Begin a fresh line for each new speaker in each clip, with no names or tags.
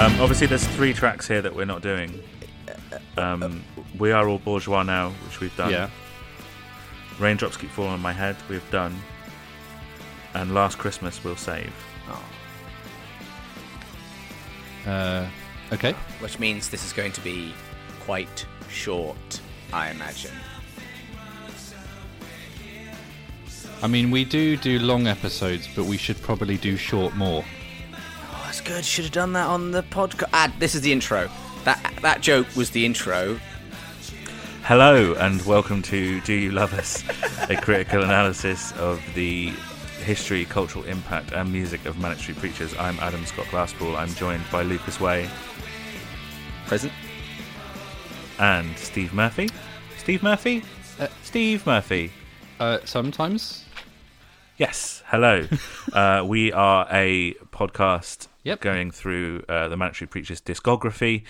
Um, obviously, there's three tracks here that we're not doing. Um, we are all bourgeois now, which we've done.
Yeah.
Raindrops keep falling on my head. We've done. And last Christmas, we'll save.
Uh, okay.
Which means this is going to be quite short, I imagine.
I mean, we do do long episodes, but we should probably do short more.
Oh, that's good. Should have done that on the podcast. Ah, this is the intro. That that joke was the intro.
Hello, and welcome to Do You Love Us? a critical analysis of the history, cultural impact, and music of Manitary Preachers. I'm Adam Scott Glasspool. I'm joined by Lucas Way
Present.
and Steve Murphy. Steve Murphy? Uh, Steve Murphy.
Uh, sometimes.
Yes, hello. uh, we are a podcast
Yep.
going through uh, the Manitary Preacher's discography,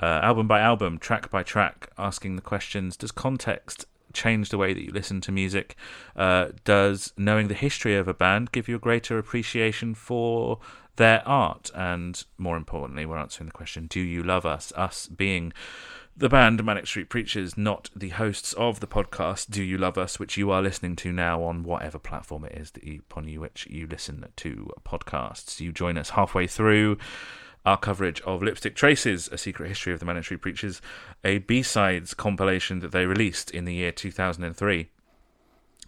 uh, album by album, track by track, asking the questions Does context change the way that you listen to music? Uh, does knowing the history of a band give you a greater appreciation for their art? And more importantly, we're answering the question Do you love us? Us being the band Manic Street Preachers, not the hosts of the podcast Do You Love Us, which you are listening to now on whatever platform it is that you, upon you which you listen to podcasts. You join us halfway through our coverage of Lipstick Traces, A Secret History of the Manic Street Preachers, a B-sides compilation that they released in the year 2003.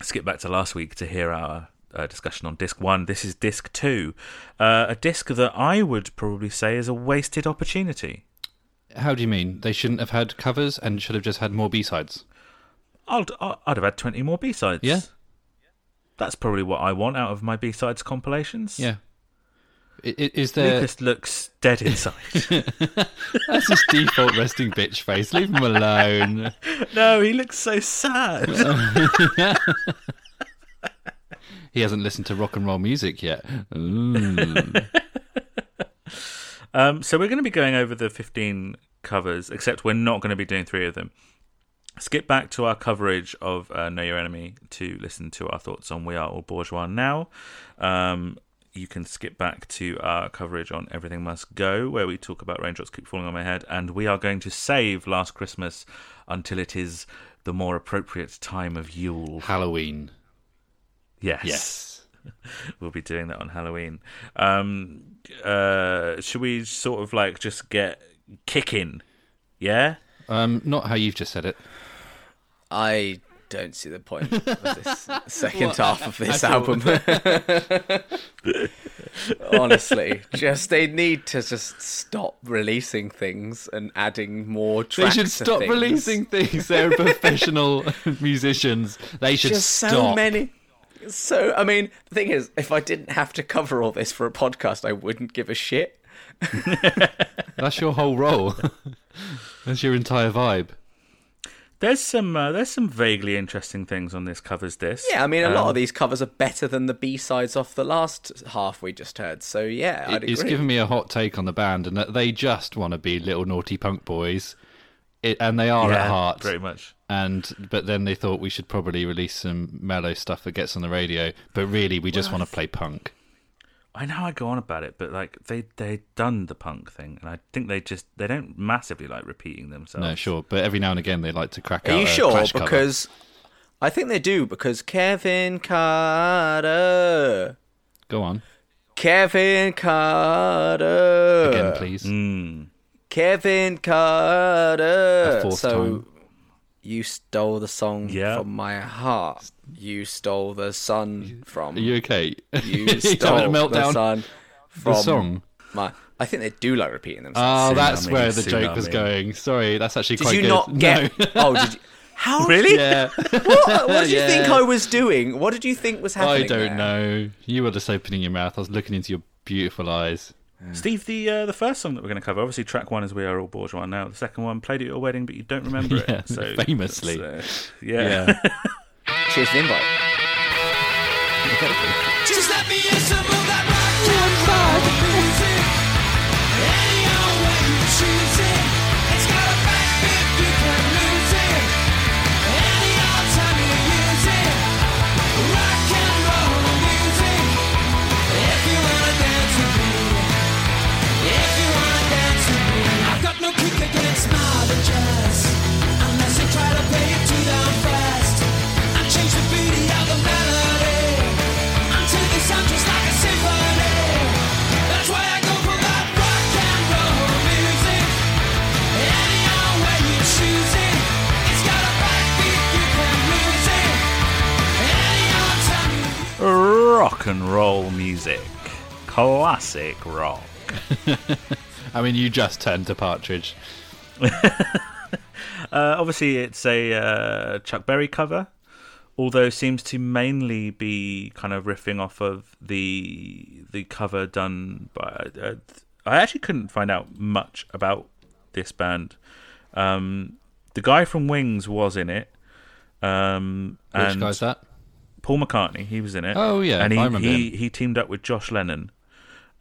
Skip back to last week to hear our uh, discussion on disc one. This is disc two, uh, a disc that I would probably say is a wasted opportunity.
How do you mean? They shouldn't have had covers and should have just had more B sides.
I'd, I'd have had 20 more B-sides.
Yeah.
That's probably what I want out of my B-sides compilations.
Yeah. I- i- Is there?
Lucas looks dead inside.
That's his default resting bitch face. Leave him alone.
no, he looks so sad.
He hasn't listened to rock and roll music yet. Mm.
um, so we're going to be going over the 15 covers, except we're not going to be doing three of them. Skip back to our coverage of uh, Know Your Enemy to listen to our thoughts on We Are All Bourgeois Now. Um, you can skip back to our coverage on Everything Must Go, where we talk about raindrops keep falling on my head, and we are going to save Last Christmas until it is the more appropriate time of Yule.
Halloween.
Yes. we'll be doing that on Halloween. Um, uh, should we sort of like just get kicking? Yeah.
Um, not how you've just said it.
I don't see the point of this second half of this
I
album.
thought-
Honestly, just they need to just stop releasing things and adding more
They
tracks.
should
to
stop
things.
releasing things. They're professional musicians. They should
Just
stop.
so many. So I mean, the thing is, if I didn't have to cover all this for a podcast, I wouldn't give a shit.
That's your whole role. That's your entire vibe.
There's some uh, there's some vaguely interesting things on this covers disc. Um,
Yeah, I mean, a lot
Um,
of these covers are better than the B sides off the last half we just heard. So yeah, I'd
It's
agree.
given me a hot take on the band, and that they just want to be little naughty punk boys, it, and they are
Yeah,
at heart.
Pretty much.
And but then they thought we should probably release some mellow stuff that gets on the radio, but really we just want to play punk.
I know I go on about it, but like they they done the punk thing, and I think they just they don't massively like repeating themselves.
No, sure, but every now and again they like to crack out.
Are
a
you sure?
Clash cover.
Because I think they do. Because Kevin Carter,
go on
Kevin Carter,
again, please.
mm, Kevin Carter.
A fourth
so
time.
you stole the song
Yeah.
from my heart. You stole the sun from
Are you okay?
you
having a
stole the
meltdown?
sun from
the song.
my. I think they do like repeating themselves.
Oh, that's
Tsunami,
where the joke was
tsunami.
going. Sorry, that's actually
did
Ah, quite
you
good.
not get?
No.
Oh, did you? How
Really?
yeah,
What, what did you
Yeah.
think I was doing? What did you think was
I
happening?
don't
there?
know. You were just opening your mouth. I was looking into your beautiful eyes.
Steve, the uh, the first song that we're going to cover, obviously track one is "We Are All Bourgeois." Now, the second one played at your wedding, but you don't remember
Yeah,
it. So
famously.
that's, uh, yeah.
Yeah.
Cheers for the invite.
Just let me hear some of that rock and roll music. Any old way you choose it, it's got a backbeat you can lose it. Any old time you use it, rock and roll music. If you wanna dance with me, if you wanna dance with me, I've got no kick against modern jazz. Unless they try to play it too damn fast, I change the beauty of the melody. Until they sound just like a symphony. That's why I go for that rock and roll music. Any old way you choose it, it's got a backbeat you can lose it. Any old time you
rock and roll music, classic rock.
I mean, you just turned to Partridge.
Uh, obviously, it's a uh, Chuck Berry cover, although seems to mainly be kind of riffing off of the the cover done by. Uh, I actually couldn't find out much about this band. Um, the guy from Wings was in it. Um,
Which
and
guy's that?
Paul McCartney, he was in it.
Oh, yeah,
and he
I remember
he, he teamed up with Josh Lennon,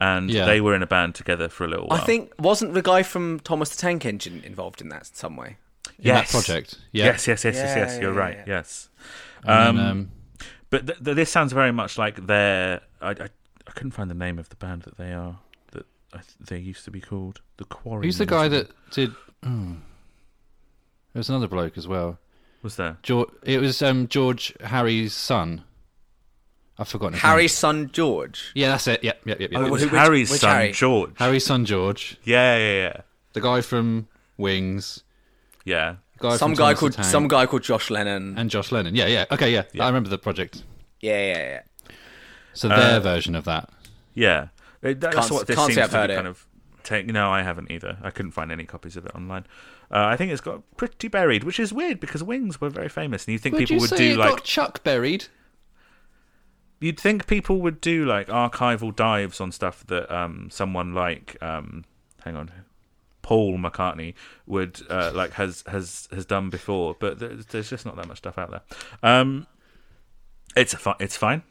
and
Yeah.
they were in a band together for a little
I
while.
think wasn't the guy from Thomas the Tank Engine involved in that in some way?
In that
Yes.
project. Yeah.
Yes, yes, yes, yes,
Yeah,
yes.
yeah,
You're
yeah,
right.
yeah.
Yes.
And, um,
But th- th- this sounds very much like their. I, I I couldn't find the name of the band that they are that I th- they used to be called the Quarry.
who's the guy that did? hmm. There was another bloke as well.
was there?
George, it was um, George Harry's son. I've forgotten. his
Harry's
name.
son George.
Yeah, that's it. Yep, yep, yep. yep.
It was
which-
Harry's
which
son
Harry?
George.
Harry's son George,
Yeah, yeah, yeah,
the guy from Wings,
yeah.
the guy
some
from
guy
Thomas the
called
Tank,
some guy called Josh Lennon.
and Josh Lennon. Yeah, yeah. Okay, yeah. I remember the project.
yeah, yeah, yeah.
So their version of that.
Yeah, It- that's
Can't-
what this
can't say
seems
I've
to
heard
be
it.
kind of. Take, no, I haven't either. I couldn't find any copies of it online. Uh, I think it's got pretty buried, which is weird because Wings were very famous, and you think people would do like
Chuck buried?
you'd think people would do like archival dives on stuff that um, someone like um, hang on Paul McCartney would uh, like has has has done before, but there's, there's just not that much stuff out there. Um, it's a fi- it's fine.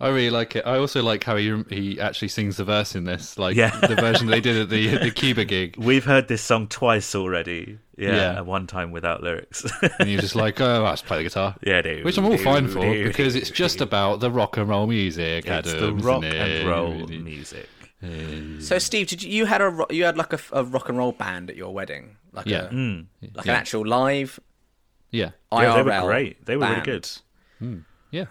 I really like it. I also like how he he actually sings the verse in this, like
Yeah.
the version they did at the the Cuba gig,
We've heard this song twice already. Yeah,
Yeah.
one time without lyrics.
and you're just like, oh, I just play the guitar.
Yeah, do,
which I'm all
do,
fine for
do,
because it's just about the rock and roll music.
it's the
Adam, isn't
rock
it?
and roll
Really.
music.
So Steve, did you, you had a ro- you had like a, a rock and roll band at your wedding, like
Yeah.
a, like an
Yeah.
actual live
Yeah,
Hmm. Yeah, they
IRL.
were great. They were
band.
really good.
yeah.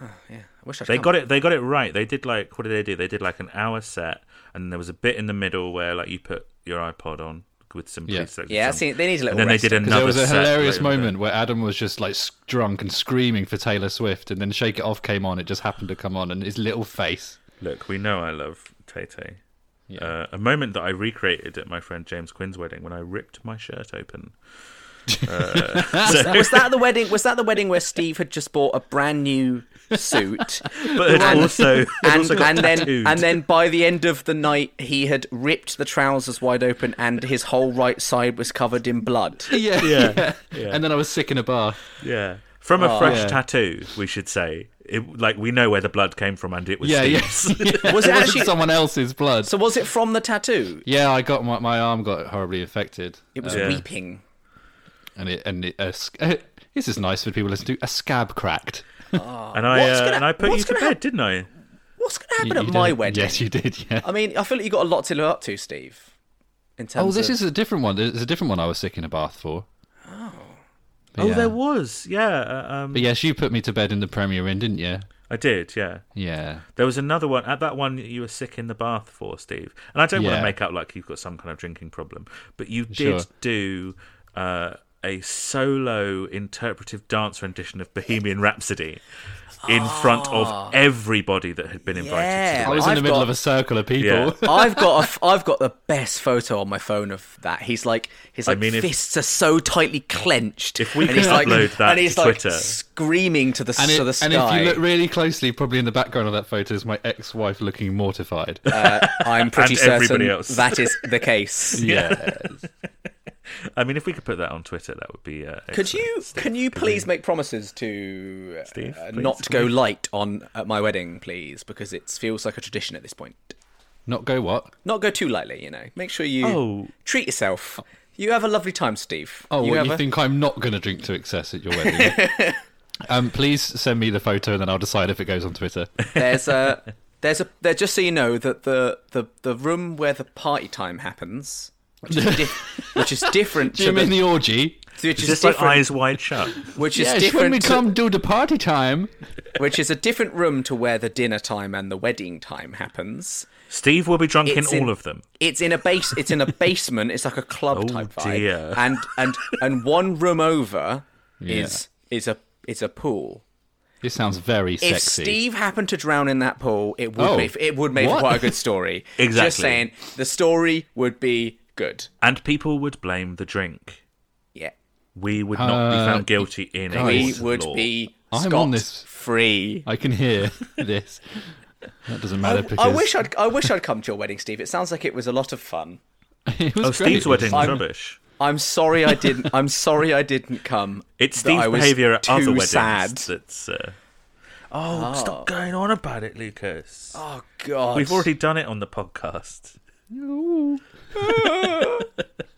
I wish I'd
They
Oh.
come.
got it. They got it right. They did like what did they do? They did like an hour set, and there was a bit in the middle where like you put your iPod on with some
Yeah.
police.
Yeah, I see, they need a little.
And then they
rest
did
up, 'cause
another
there was a
set
hilarious
later in the
moment where Adam was just like s- drunk and screaming for Taylor Swift, and then Shake It Off came on. It just happened to come on, and his little face.
Look, we know I love Tay Tay. Uh, a moment that I recreated at my friend James Quinn's wedding when I ripped my shirt open. Uh, so-
was that the wedding? Was that the wedding where Steve had just bought a brand new suit?
but it also, it
And,
also got
and then
tattooed.
and then by the end of the night, he had ripped the trousers wide open, and his whole right side was covered in blood.
Yeah,
Yeah, yeah,
yeah.
And then I was sick in a bar.
yeah, from a
Oh.
fresh
yeah.
tattoo, we should say. It, like we know where the blood came from, and it was
Yeah,
Steve's.
yes. Yeah.
Was it
wasn't
actually-
someone else's blood?
So was it from the tattoo?
yeah, I got my, my arm got horribly infected,
It was
Yeah.
weeping.
and it and it, uh, sc- this is nice for people to listen to. A scab cracked.
And I
What's
uh,
gonna-
and I put you
what's
to
gonna
bed,
hap-
didn't I?
What's going to happen
You-
at
you
my
did-
wedding?
Yes, you did. Yeah.
I mean, I feel like you got a lot to live up to, Steve. In terms
Oh, this
of...
is a different one. There's a different one I was sick in a bath for. But
Oh,
yeah.
there was. Yeah, uh, um,
But yes, you put me to bed in the Premier Inn, didn't you?
I did. Yeah.
Yeah.
There was another one at that one you were sick in the bath for, Steve. And I don't want to
Yeah.
make out like you've got some kind of drinking problem, but you did
Sure.
do uh, a solo interpretive dance rendition of Bohemian Rhapsody in front
Ah.
of everybody that had been invited.
Yeah.
To the
I was in
I've
the middle
got-
of a circle of people.
Yeah.
I've got a f- I've got the best photo on my phone of that. He's like his like
mean, if-
fists are so tightly clenched.
If we
and he's
could
like,
upload that
and he's
to
like
Twitter.
screaming to the
And,
to
it-
the
and if
sky.
you look really closely, probably in the background of that photo is my ex-wife looking mortified.
Uh, I'm pretty
And
certain
everybody else.
that is the case.
yeah.
I mean, if we could put that on Twitter, that would be. Uh,
Could you
excellent.
can you please make promises to uh,
Steve, please.
not go light on at my wedding, please, because it feels like a tradition at this point.
Not go what?
Not go too lightly, you know. Make sure you
Oh.
treat yourself. You have a lovely time, Steve.
Oh, you,
have
you
a-
think I'm not going to drink to excess at your wedding? um, please send me the photo, and then I'll decide if it goes on Twitter.
there's a there's a there just so you know that the the, the room where the party time happens which is, dif- which is different
Do
to
you mean
the,
the orgy?
which
Is
is,
this like
different
eyes wide shut?
which is
Yes, when
different
we
to-
come do the party time.
which is a different room to where the dinner time and the wedding time happens
Steve will be drunk in
It's in-
all of them.
it's in a base it's in a basement it's like a club
Oh,
type vibe
dear.
and and and one room over is is a is a pool
This sounds very
if
sexy.
Steve happened to drown in that pool, it would
Oh.
make it would make for
What?
quite a good story.
Exactly.
Just saying, the story would be good.
And people would blame the drink.
Yeah,
We would not be
Uh,
found guilty in a
we
court of
would
Oh, law.
be
I'm on
scot
this.
free.
I can hear this. That doesn't matter because
I wish I'd I wish I'd come to your wedding, Steve. It sounds like it was a lot of fun.
it was
Oh,
great.
Steve's wedding was
I'm-
rubbish.
I'm sorry I didn't. I'm sorry I didn't come.
It's
that
Steve's
I was
behaviour at
too
other weddings
Sad.
that's. Uh... Oh, stop going on about it, Lucas.
Oh God,
We've already done it on the podcast.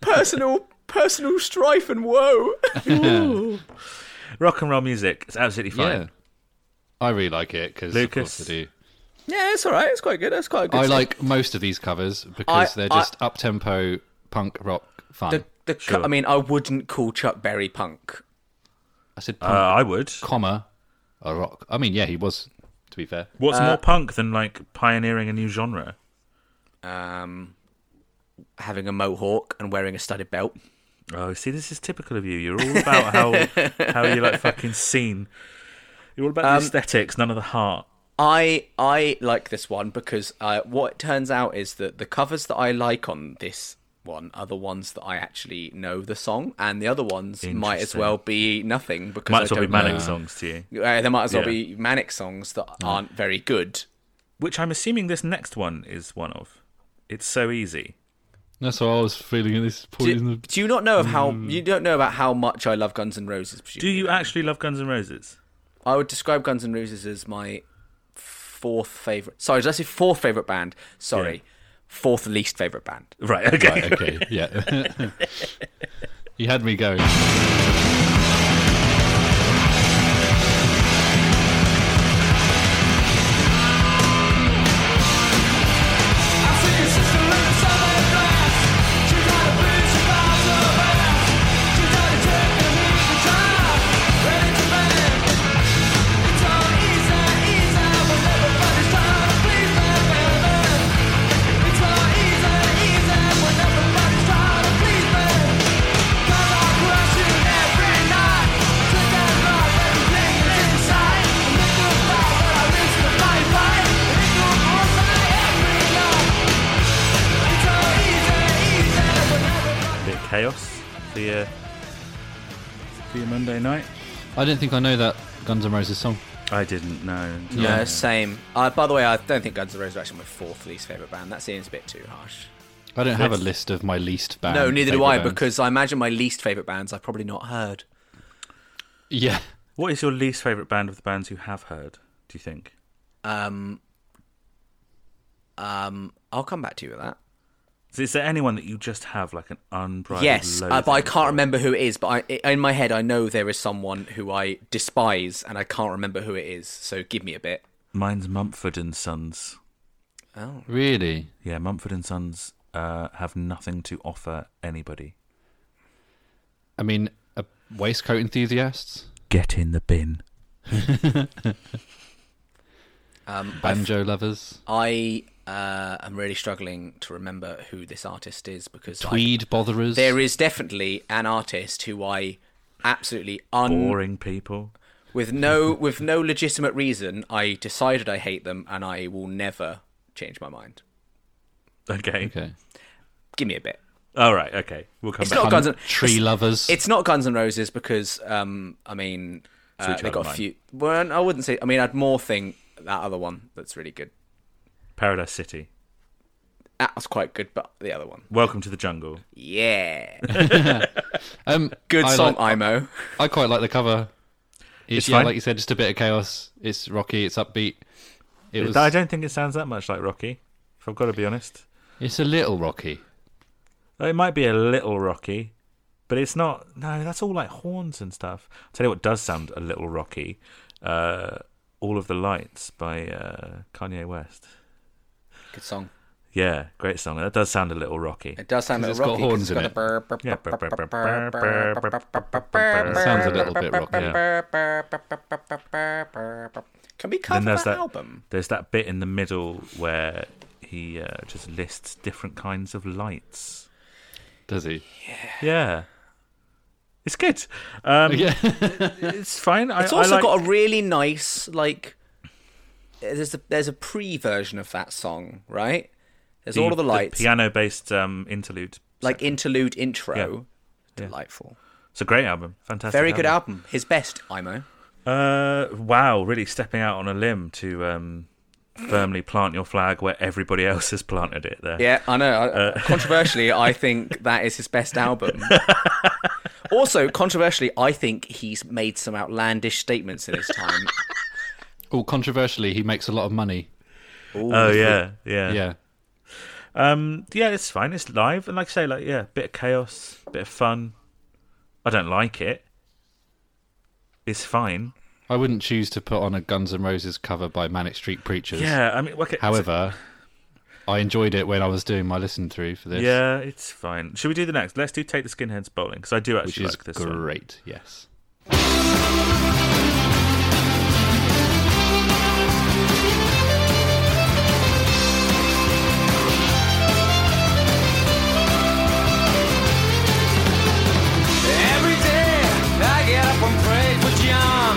personal personal strife and woe.
Rock and roll music is absolutely fine.
Yeah. I really like it because of
Lucas.
course I do.
yeah, it's all right. It's quite good. It's quite a good.
I
story.
like most of these covers because
I-
they're
I-
just up tempo punk rock fun.
the the. co-
Sure.
I mean, I wouldn't call Chuck Berry punk.
I said
Uh,
punk,
I would.
comma, a rock. I mean, yeah, he was. To be fair,
What's
Uh,
more punk than like pioneering a new genre?
um, having a mohawk and wearing a studded belt.
Oh, see, this is typical of you. You're all about how how you like fucking seen. You're all about
Um,
the aesthetics, none of the heart.
I I like this one because uh, what it turns out is that the covers that I like on this one are the ones that I actually know the song, and the other ones might as
Interesting.
well be nothing because
Might
I
as well be
don't
manic songs to you.
know. Uh, there might as well
Yeah.
be manic songs that aren't very good.
Which I'm assuming this next one is one of. It's so easy.
that's what I was feeling at this point. in
Do,
the-
do you not know of how you don't know about how much I love Guns N' Roses?
Do you actually love Guns N' Roses?
I would describe Guns N' Roses as my fourth favorite. Sorry, did I say fourth favorite band? Sorry,
Yeah.
fourth least favorite band.
Right. Okay.
okay, yeah. you had me going.
Please
Chaos for your, for your Monday night.
I don't think I know that Guns N' Roses song.
I didn't know. Until
No, same. Uh, by the way, I don't think Guns N' Roses are actually my fourth least favorite band. That seems a bit too harsh.
I don't have a list of my least band.
no, neither do
favourite
I,
bands.
because I imagine my least favorite bands I've probably not heard.
yeah,
What is your least favorite band of the bands you have heard? Do you think?
Um, um, I'll come back to you with that.
Is- Is there anyone that you just have like an unbridled?
yes, uh,
loathing
but I can't
for?
remember who it is. But I, in my head, I know there is someone who I despise, and I can't remember who it is. So give me a bit.
Mine's Mumford and Sons.
Oh,
really.
Yeah, Mumford and Sons uh, have nothing to offer anybody.
I mean, uh, waistcoat enthusiasts,
Get in the bin.
um, I
banjo lovers,
I uh, am really struggling to remember who this artist is because I,
tweed botherers.
there is definitely an artist who I absolutely un
Boring people.
with no with no legitimate reason I decided I hate them and I will never change my mind.
Okay.
okay.
Give me a bit.
All right. Okay. We'll come
It's
back.
not Oh, Guns N'
Tree
it's-
lovers.
It's not Guns N' Roses because um, I mean uh,
Sweet
they
Child of
got a
Mine.
few. Well, I wouldn't say. I mean, I'd more think that other one that's really good.
Paradise City.
That was quite good, but the other one,
Welcome to the jungle.
yeah,
um,
good
I
song.
Like,
Imo.
I quite like the cover. It's,
It's
yeah,
fine.
like you said, just a bit of chaos. It's rocky. It's upbeat. It was.
I don't think it sounds that much like Rocky. If I've got to be honest,
It's a little rocky.
it might be a little Rocky, but it's not. No, that's all like horns and stuff. I'll tell you what does sound a little Rocky. Uh, all of the lights by uh, Kanye West.
Good song.
Yeah, great song. That does sound a little Rocky.
It does sound a
'Cause
little rocky.
it's got
'cause it's got
Yeah.
It sounds a little bit rocky.
a- Can we cover
Then
that,
there's that
album?
There's that bit in the middle where he uh, just lists different kinds of lights.
Does he?
Yeah. It's good. Um,
Yeah.
It's fine. I,
It's also
I like,
got a really nice like. There's a there's a pre version of that song, right? There's all of the lights,
piano-based um, interlude.
like interlude intro.
Yeah.
Delightful,
It's a great album. Fantastic.
very good album. His best, Imo.
Uh, wow, really stepping out on a limb to um, firmly plant your flag where everybody else has planted it. There.
Yeah, I know. I-
Uh,
Controversially, I think that is his best album. also, controversially, I think he's made some outlandish statements in his time.
Oh, controversially, he makes a lot of money.
Oh yeah, yeah,
Yeah.
Um, yeah, it's fine. It's live, and like I say, like yeah, bit of chaos, bit of fun. I don't like it. It's fine.
I wouldn't choose to put on a Guns N' Roses cover by Manic Street Preachers.
Yeah, I mean, okay.
However, I enjoyed it when I was doing my listen through for this.
yeah, it's fine. Should we do the next? Let's do take the skinheads bowling because I do
Which
actually
is
like this one.
great. Yes.
Every day I get up and pray for John.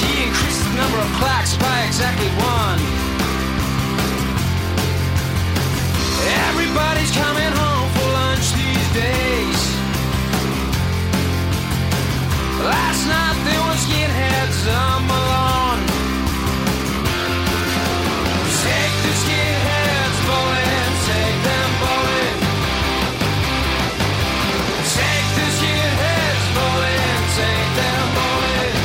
He increased the number of plaques by exactly one. Everybody's coming home for lunch these days. Last night there was skinheads on my lawn. Take the skinheads bowling, take them bowling. Take the shitheads bowling, take them bowling.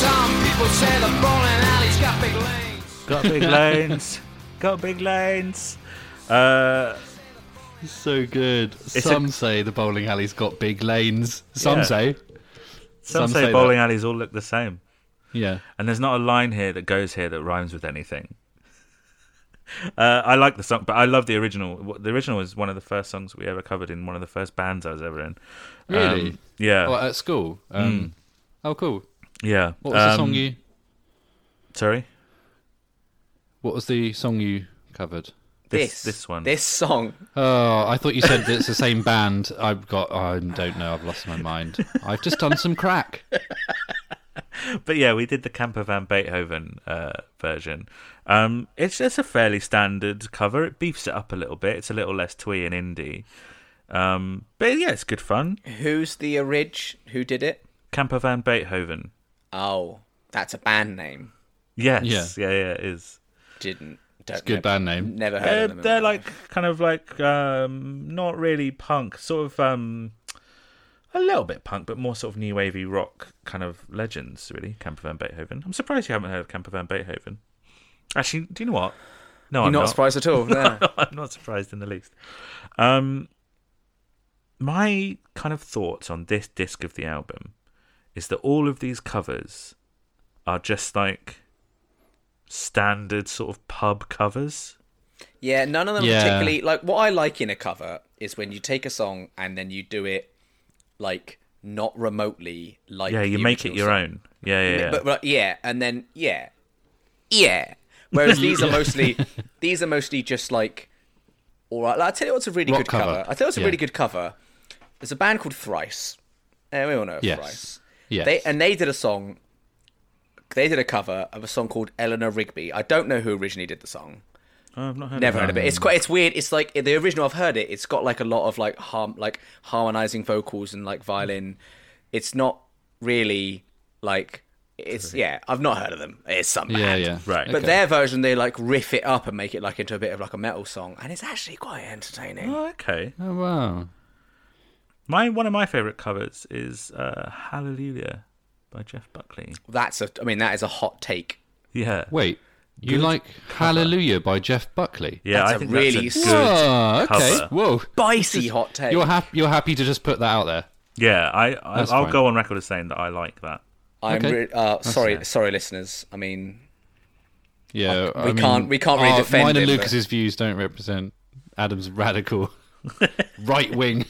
Some people say the bowling alley's got big lanes.
Got big lanes. Got big lanes. Uh,
So good.
Some
Some say the bowling alley's got big lanes. Some
Yeah.
say.
some,
Some
say,
say
bowling alleys all look the same.
Yeah.
And there's not a line here that goes here that rhymes with anything. Uh, I like the song, but I love the original. Wh- The original was one of the first songs we ever covered in one of the first bands I was ever in.
Really?
Um, yeah.
Oh, at school. Um, Oh, cool.
yeah.
What was the
Um,
song you?
Sorry?
What was the song you covered?
This, this, one.
This song.
Oh, I thought you said it's the same band. I've got. I don't know. I've lost my mind. I've just done some crack.
but yeah, we did the Camper Van Beethoven uh, version. Um, it's just a fairly standard cover. It beefs it up a little bit. It's a little less twee and indie. Um, but yeah, it's good fun.
Who's the orig? Who did it?
Camper Van Beethoven.
Oh, that's a band name.
Yes.
Yeah.
Yeah, yeah, it is.
Didn't. Don't
It's a good
know-
band name.
Never heard
They're,
of them. in
they're
my
like kind of like um, not really punk, sort of um, a little bit punk, but more sort of new wavy rock kind of legends, really. Camper Van Beethoven. I'm surprised you haven't heard of Camper Van Beethoven. Actually, do you know what? Oh, No,
You're
I'm
not,
not.
surprised at all. No.
I'm not surprised in the least. Um, my kind of thoughts on this disc of the album is that all of these covers are just like standard sort of pub covers.
yeah, none of them
Yeah.
particularly. Like what I like in a cover is when you take a song and then you do it like not remotely like
Yeah, you
the
make it
original
your
song.
own. Yeah, yeah, yeah.
But, but yeah, and then yeah, yeah. Whereas these are mostly these are mostly just like all right. I'll tell you what's a really
Rock
good cover.
cover.
I tell you what's a
Yeah.
really good cover. There's a band called Thrice. And we all know of
Yes.
Thrice.
Yes.
They and they did a song. They did a cover of a song called Eleanor Rigby. I don't know who originally did the song.
Oh, I've not heard
Never
of
heard of it. It's quite. It's weird. It's like the original. I've heard it. It's got like a lot of like harm, like harmonizing vocals and like violin. It's not really like. It's yeah. I've not heard of them. It's some
Yeah,
band.
yeah.
Right.
But
Okay.
their version, they like riff it up and make it like into a bit of like a metal song, and it's actually quite entertaining.
Oh, okay.
Oh wow.
My one of my favorite covers is uh, "Hallelujah" by Jeff Buckley.
That's a. I mean, that is a hot take.
Yeah,
Wait, you like Hallelujah by Jeff Buckley?
yeah.
that's
I
a
think
really
that's a good.
Oh, okay.
cover.
Whoa.
Spicy hot take.
You're happy. You're happy to just put that out there.
Yeah, I, I
That's
I'll
fine.
go on record as saying that I like that.
I'm
Okay.
re- uh, sorry, sorry, listeners. I mean,
Yeah.
we can't- we can't really
our-
defend
Mine and
it, but-
Lucas's views don't represent Adam's radical right wing.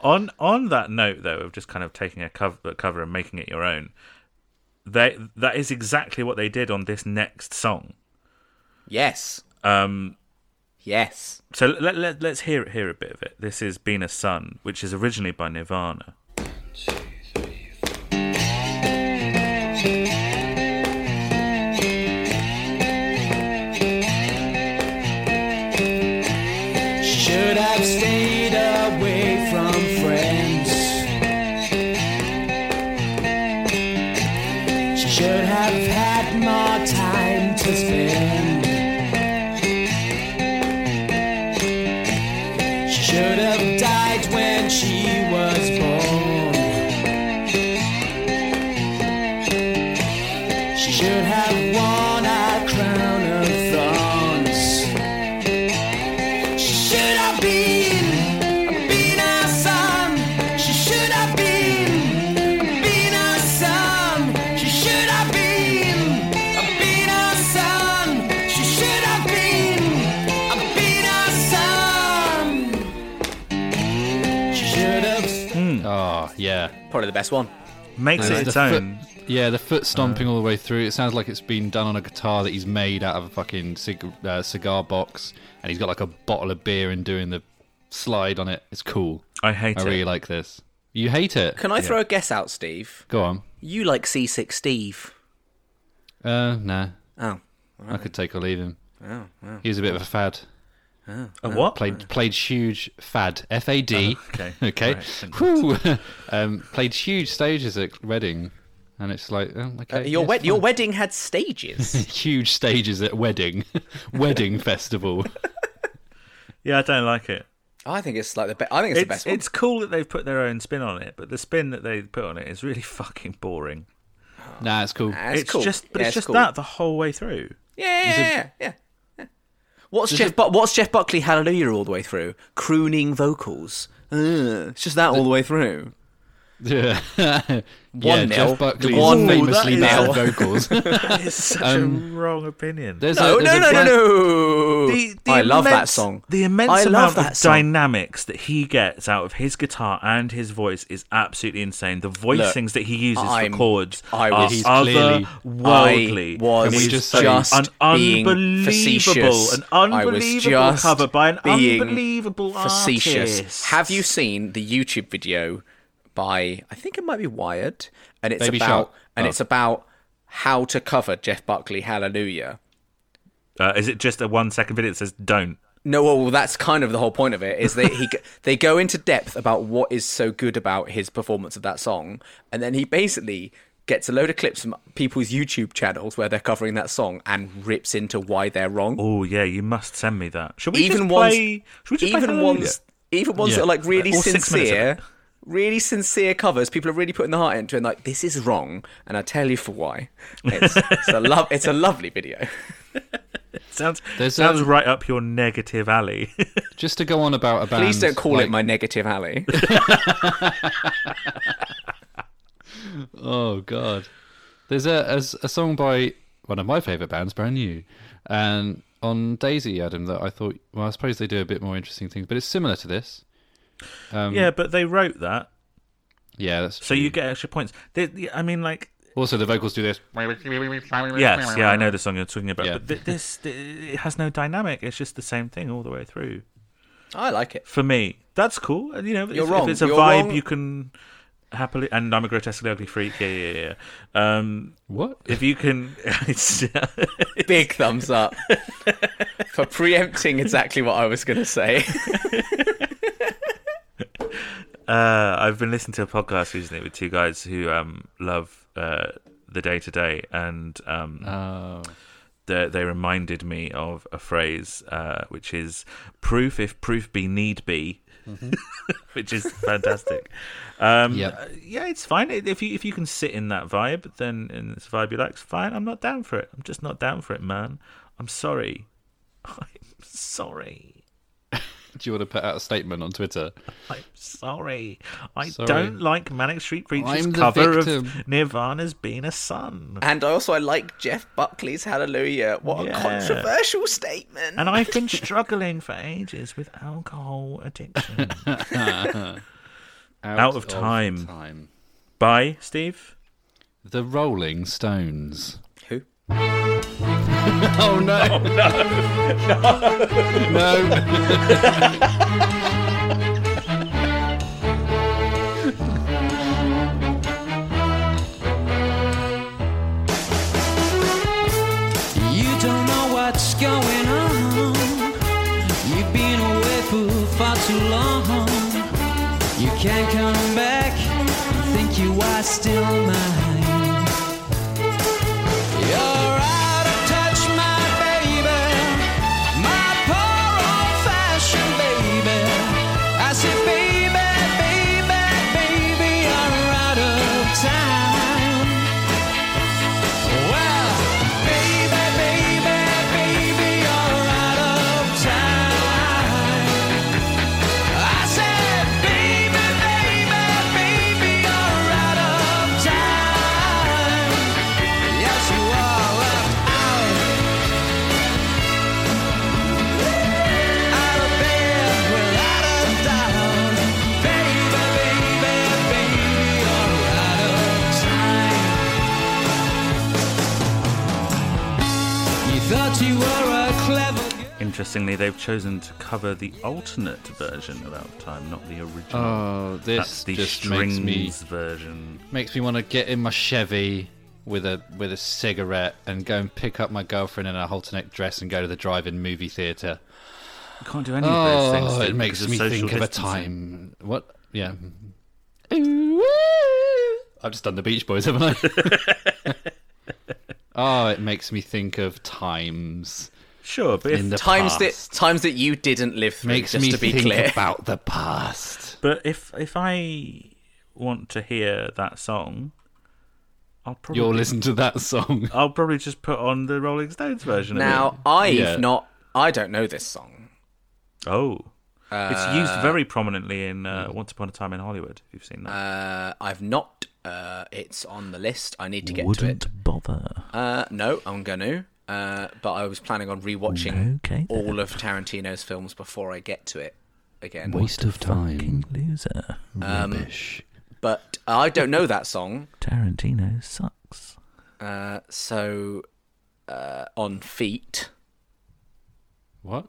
on on that note though of just kind of taking a cover, cover and making it your own they that is exactly what they did on this next song
yes,
um
yes.
so let, let, let's hear hear a bit of it this is been a sun which is originally by nirvana
Should have stayed away from friends. Should have had more time to spend. Should have died when she was born. She should have worn a crown of thorns. Should have been, been a son. She should have been, been a son. She should have been, been a son. She should have been, been a son. She should have.
oh yeah.
Probably the best one.
makes
It's
it its
the
own
foot- yeah, the
Uh.
foot stomping all the way through. It sounds like it's been done on a guitar that he's made out of a fucking cig- uh, cigar box, and he's got like a bottle of beer and doing the slide on it. It's cool.
i hate
I
it
really like this. You hate it?
Can I throw a guess out, Steve?
Go on.
You like C6 Steve?
Uh, nah.
Oh,
I could take or leave him. He was a bit of a fad.
a what
Played played huge fad. F A D.
Oh, okay.
Okay.
Right, thank
Whew. um, played huge stages at Reading, and it's like oh,
Uh,
okay.
your
yes,
wed- your
fine.
wedding had stages.
huge stages at wedding, wedding festival.
yeah i don't like it
I think it's like the best. I think it's, the
it's,
best one.
it's cool that they've put their own spin on it but the spin that they put on it is really fucking boring
Nah, it's cool.
That's
it's
cool.
just but
Yeah,
it's just
cool.
that the whole way through
Yeah, yeah, yeah, yeah, yeah. What's Jeff? Bu- what's Jeff Buckley? Hallelujah! All the way through, crooning vocals. Ugh, it's just that all the way through.
Yeah, yeah
nil.
Jeff Buckley
One
is famously
nil.
bad vocals.
that is such
Um,
a wrong opinion
There's
No,
a,
no,
there's
no,
a black-
no, no.
the, the
I love that
immense-
song.
The immense
I
amount
love that
of
song.
dynamics that he gets out of his guitar and his voice is absolutely insane. The voicings that he uses
I'm-
for chords
I
are
was-
He's clearly-
otherworldly.
I was
It is
just
an
just
being
unbelievable,
facetious.
an
I was
unbelievable
just
cover by an
being
unbelievable
Facetious.
artist.
Have you seen the YouTube video by I think it might be Wired, and it's
Baby
about
Shark.
and
Oh.
it's about how to cover Jeff Buckley Hallelujah.
Uh, is it just a one second video that says don't?
No, well, well, that's kind of the whole point of it. Is that he g- they go into depth about what is so good about his performance of that song, and then he basically gets a load of clips from people's YouTube channels where they're covering that song and rips into why they're wrong.
Oh yeah, you must send me that. Should we
even
just
ones,
play? Should we just play
even
Hallelujah?
ones, even ones
Yeah.
that are like really
All six minutes of
sincere, really sincere covers. People are really putting the heart into it. And like this is wrong, and I tell you for why. It's, it's a love. It's a lovely video.
Sounds
There's,
sounds
um,
right up your negative alley.
Just to go on about a band.
Please don't call
like-
it my negative alley.
Oh god. There's a, a s- a song by one of my favorite bands, Brand New, and on Daisy Adam that I thought. Well, I suppose they do a bit more interesting things, but it's similar to this. Um,
yeah, but they wrote that,
Yeah. That's
so you
true.
get extra points. They, I mean, like
also the vocals do this.
yes, yeah, I know the song you're talking about,
Yeah.
but th- this th- it has no dynamic. It's just the same thing all the way through.
I like it.
For me, that's cool. And, You know,
You're
if,
wrong.
if it's a
You're
vibe,
wrong.
you can happily. And I'm a grotesquely ugly freak. Yeah, yeah, yeah. Um,
What?
if you can, it's, uh,
Big thumbs up for preempting exactly what I was going to say.
Uh, I've been listening to a podcast recently with two guys who um, love uh, the day to day, and um,
Oh.
they, they reminded me of a phrase uh, which is "proof if proof be need be,"
Mm-hmm.
which is fantastic. um,
Yep.
uh, Yeah, it's fine if you if you can sit in that vibe, then in this vibe you like, it's fine. I'm not down for it. I'm just not down for it, man. I'm sorry. I'm sorry.
Do you want to put out a statement on Twitter?
I'm sorry. I
Sorry.
don't like Manic Street Preacher's
I'm the
cover
victim.
of Nirvana's Been a Sun.
And also, I like Jeff Buckley's Hallelujah. What
Yeah.
a controversial statement.
And I've been struggling for ages with alcohol addiction. Out of Time.
time.
Bye, Steve.
The Rolling Stones.
Who?
Oh no! no! No!
You don't know what's going on. You've been away for far too long. You can't come back. You think you are still mine. You're out of touch, my baby. My poor old fashioned baby. I said, baby, baby, baby, you're out of time. Well, baby, baby, baby, you're out of time. I said, baby, baby, baby, you're out of time. Yes, you are left out, out of bed, well, out of doubt. Baby, baby, baby, you're out of time. You thought you were a clever girl.
Interestingly, they've chosen to cover the alternate version of Out of Time, not the original.
Oh,
That's
this
the
just
strings
makes me
version.
makes me want to get in my Chevy with a with a cigarette and go and pick up my girlfriend in a halter neck dress and go to the drive-in movie theater.
You can't do any of those things.
Oh,
though,
it makes
because
me
social
think of a
distancing.
time. What? Yeah. I've just done the Beach Boys, haven't I? oh, it makes me think of times
Sure, but if,
in the
Times
past.
that times that you didn't live through.
makes
just
me
to be
think
clear.
about the past.
but if if I want to hear that song, I'll probably
You'll listen to that song.
I'll probably just put on the Rolling Stones version. of
Now, I've
Yeah.
not. I don't know this song.
it. oh, it's
uh,
used very prominently in uh, Once Upon a Time in Hollywood. If you've seen that,
Uh, I've not. Uh, it's on the list. I need to get to it.
bother.
Uh, no, I'm gonna. Uh, but I was planning on rewatching
Okay, then.
all of Tarantino's films before I get to it again.
of time.
Loser
Rubbish.
But I don't know that song.
Tarantino sucks.
Uh, so uh, on feet.
What?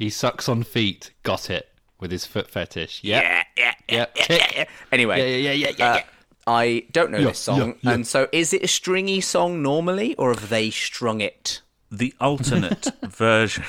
He sucks on feet. Got it. with his foot fetish. Yeah,
yeah,
yeah, tick.
Anyway,
Yeah, yeah, yeah, yeah, yeah,
uh,
yeah.
I don't know
Yeah,
this song,
yeah, yeah.
and so is it a stringy song normally, or have they strung it?
the alternate version.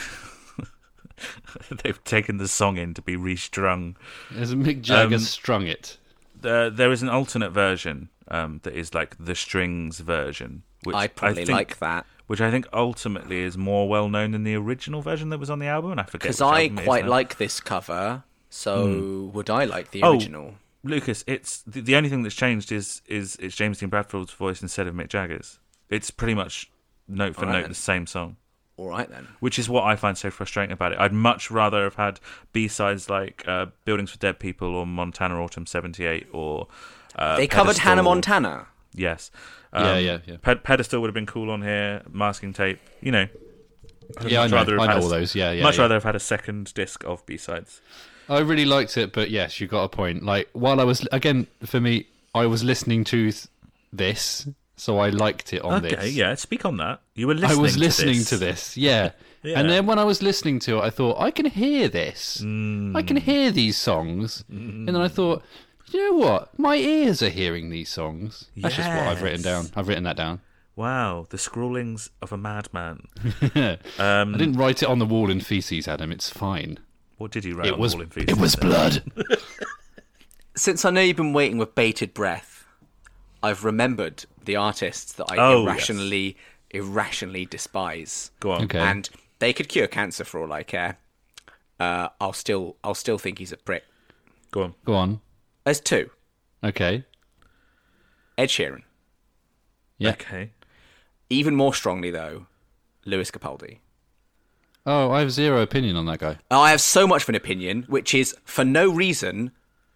They've taken the song in to be restrung.
As Mick Jagger
Um,
strung it.
There, there is an alternate version um, that is like the strings version, which
I probably
think,
like that
Which I think ultimately is more well known than the original version that was on the album. And I forget
because
which
I
album it is
quite
now.
like this cover. So would I like the
Oh.
original?
Lucas. It's the, the only thing that's changed is is it's James Dean Bradford's voice instead of Mick Jagger's. It's pretty much note for
All right
note
then.
the same song.
All right then.
which is what I find so frustrating about it. I'd much rather have had B sides like uh, "Buildings for Dead People" or "Montana Autumn '78" or uh,
They covered
Pedestal.
Hannah Montana.
Yes, Um,
Yeah, yeah, yeah.
Ped- Pedestal would have been cool on here. Masking Tape, you know. I'd
Yeah, I
much
know.
rather have
I
had
know
a-
all those. Yeah, yeah.
much
yeah.
rather have had a second disc of B sides.
I really liked it, but yes, you got a point. Like while I was again for me, I was listening to th- this, so I liked it on
Okay,
this.
yeah. Speak on that. You were
I
listening.
was
to
listening
this.
to this, yeah.
Yeah.
And then when I was listening to it, I thought I can hear this. I
Mm.
can hear these songs, and then I thought, you know what? My ears are hearing these songs. That's just what I've written
Yes.
down. I've written that down.
Wow, the scrawlings of a madman. Um,
I didn't write it on the wall in feces, Adam. It's fine.
What did he write
It
on
was.
Wall in Feces? uh, oh,
It was blood.
Since I know you've been waiting with bated breath, I've remembered the artists that I
Oh, yes.
irrationally, irrationally despise,
Go on.
Okay.
and they could cure cancer for all I care. Uh, I'll still, I'll still think he's a prick.
Go on.
Go on.
There's two:
Okay.
Ed Sheeran.
Yeah.
Okay.
Even more strongly though, Lewis Capaldi.
Oh, I have zero opinion on that guy.
I have so much of an opinion, which is for no reason,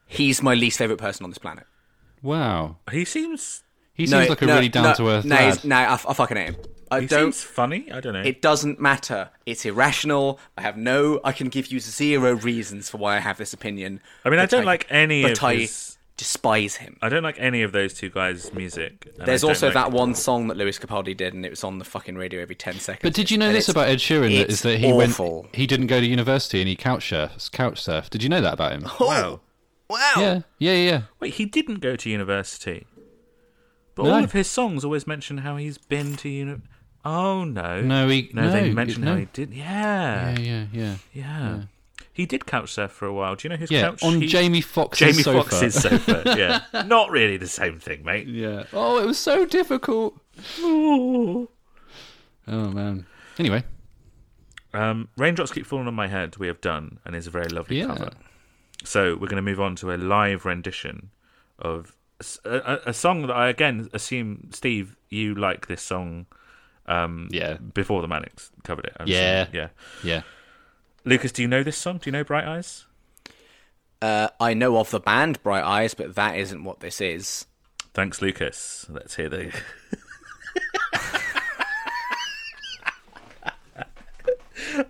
he's my least favorite person on this planet.
Wow.
He seems.
He
No,
seems like a
no,
really
no,
down to earth
No,
lad.
he's- no, I, I fucking hate him. I
He
don't.
seems funny. I don't know.
It doesn't matter. It's irrational. I have no. I can give you zero reasons for why I have this opinion.
I mean, I
but
don't like any
But
of
I
his-
despise him.
I don't like any of those two guys' music. and
There's
I don't
also
like-
that one song that Lewis Capaldi did, and it was on the fucking radio every ten seconds.
But did you know
And
this
it's-
about Ed Sheeran? That
it's
is that he
awful.
went. He didn't go to university and he couch surf. Couch surf. Did you know that about him?
Wow.
Wow.
Yeah. Yeah. Yeah. yeah.
Wait, he didn't go to university. But
No.
all of his songs always mention how he's been to uni. Oh no.
No, he-
No, they
no,
mention
it-
how
no.
he did. Yeah.
Yeah.
Yeah.
Yeah. Yeah.
He did couch surf for a while. Do you know his
Yeah,
couch?
on
he-
Jamie Foxx's
Jamie
sofa.
Foxx's sofa. Yeah. Not really the same thing, mate.
Yeah. Oh, it was so difficult. oh man. Anyway.
Um, Raindrops keep falling on my head. We have done, and is a very lovely
Yeah.
cover. So we're going to move on to a live rendition of s- a, a- a song that I again assume Steve you like this song
Yeah.
before the Manics covered it. I'm
Yeah.
assuming. yeah.
Yeah.
Lucas, do you know this song? Do you know Bright Eyes?
Uh, I know of the band Bright Eyes, but that isn't what this is.
Thanks, Lucas. Let's hear the.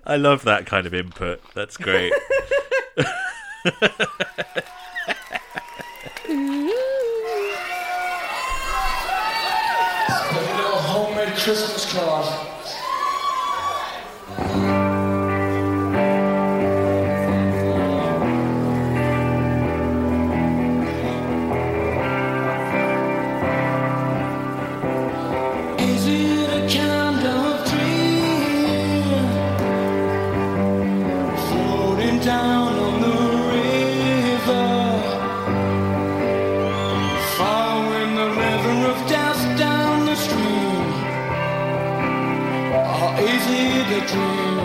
I love that kind of input. That's great.
Like a little homemade Christmas card. Is it a kind of dream floating down on the river? Following the river of death down the stream. Or is it a dream?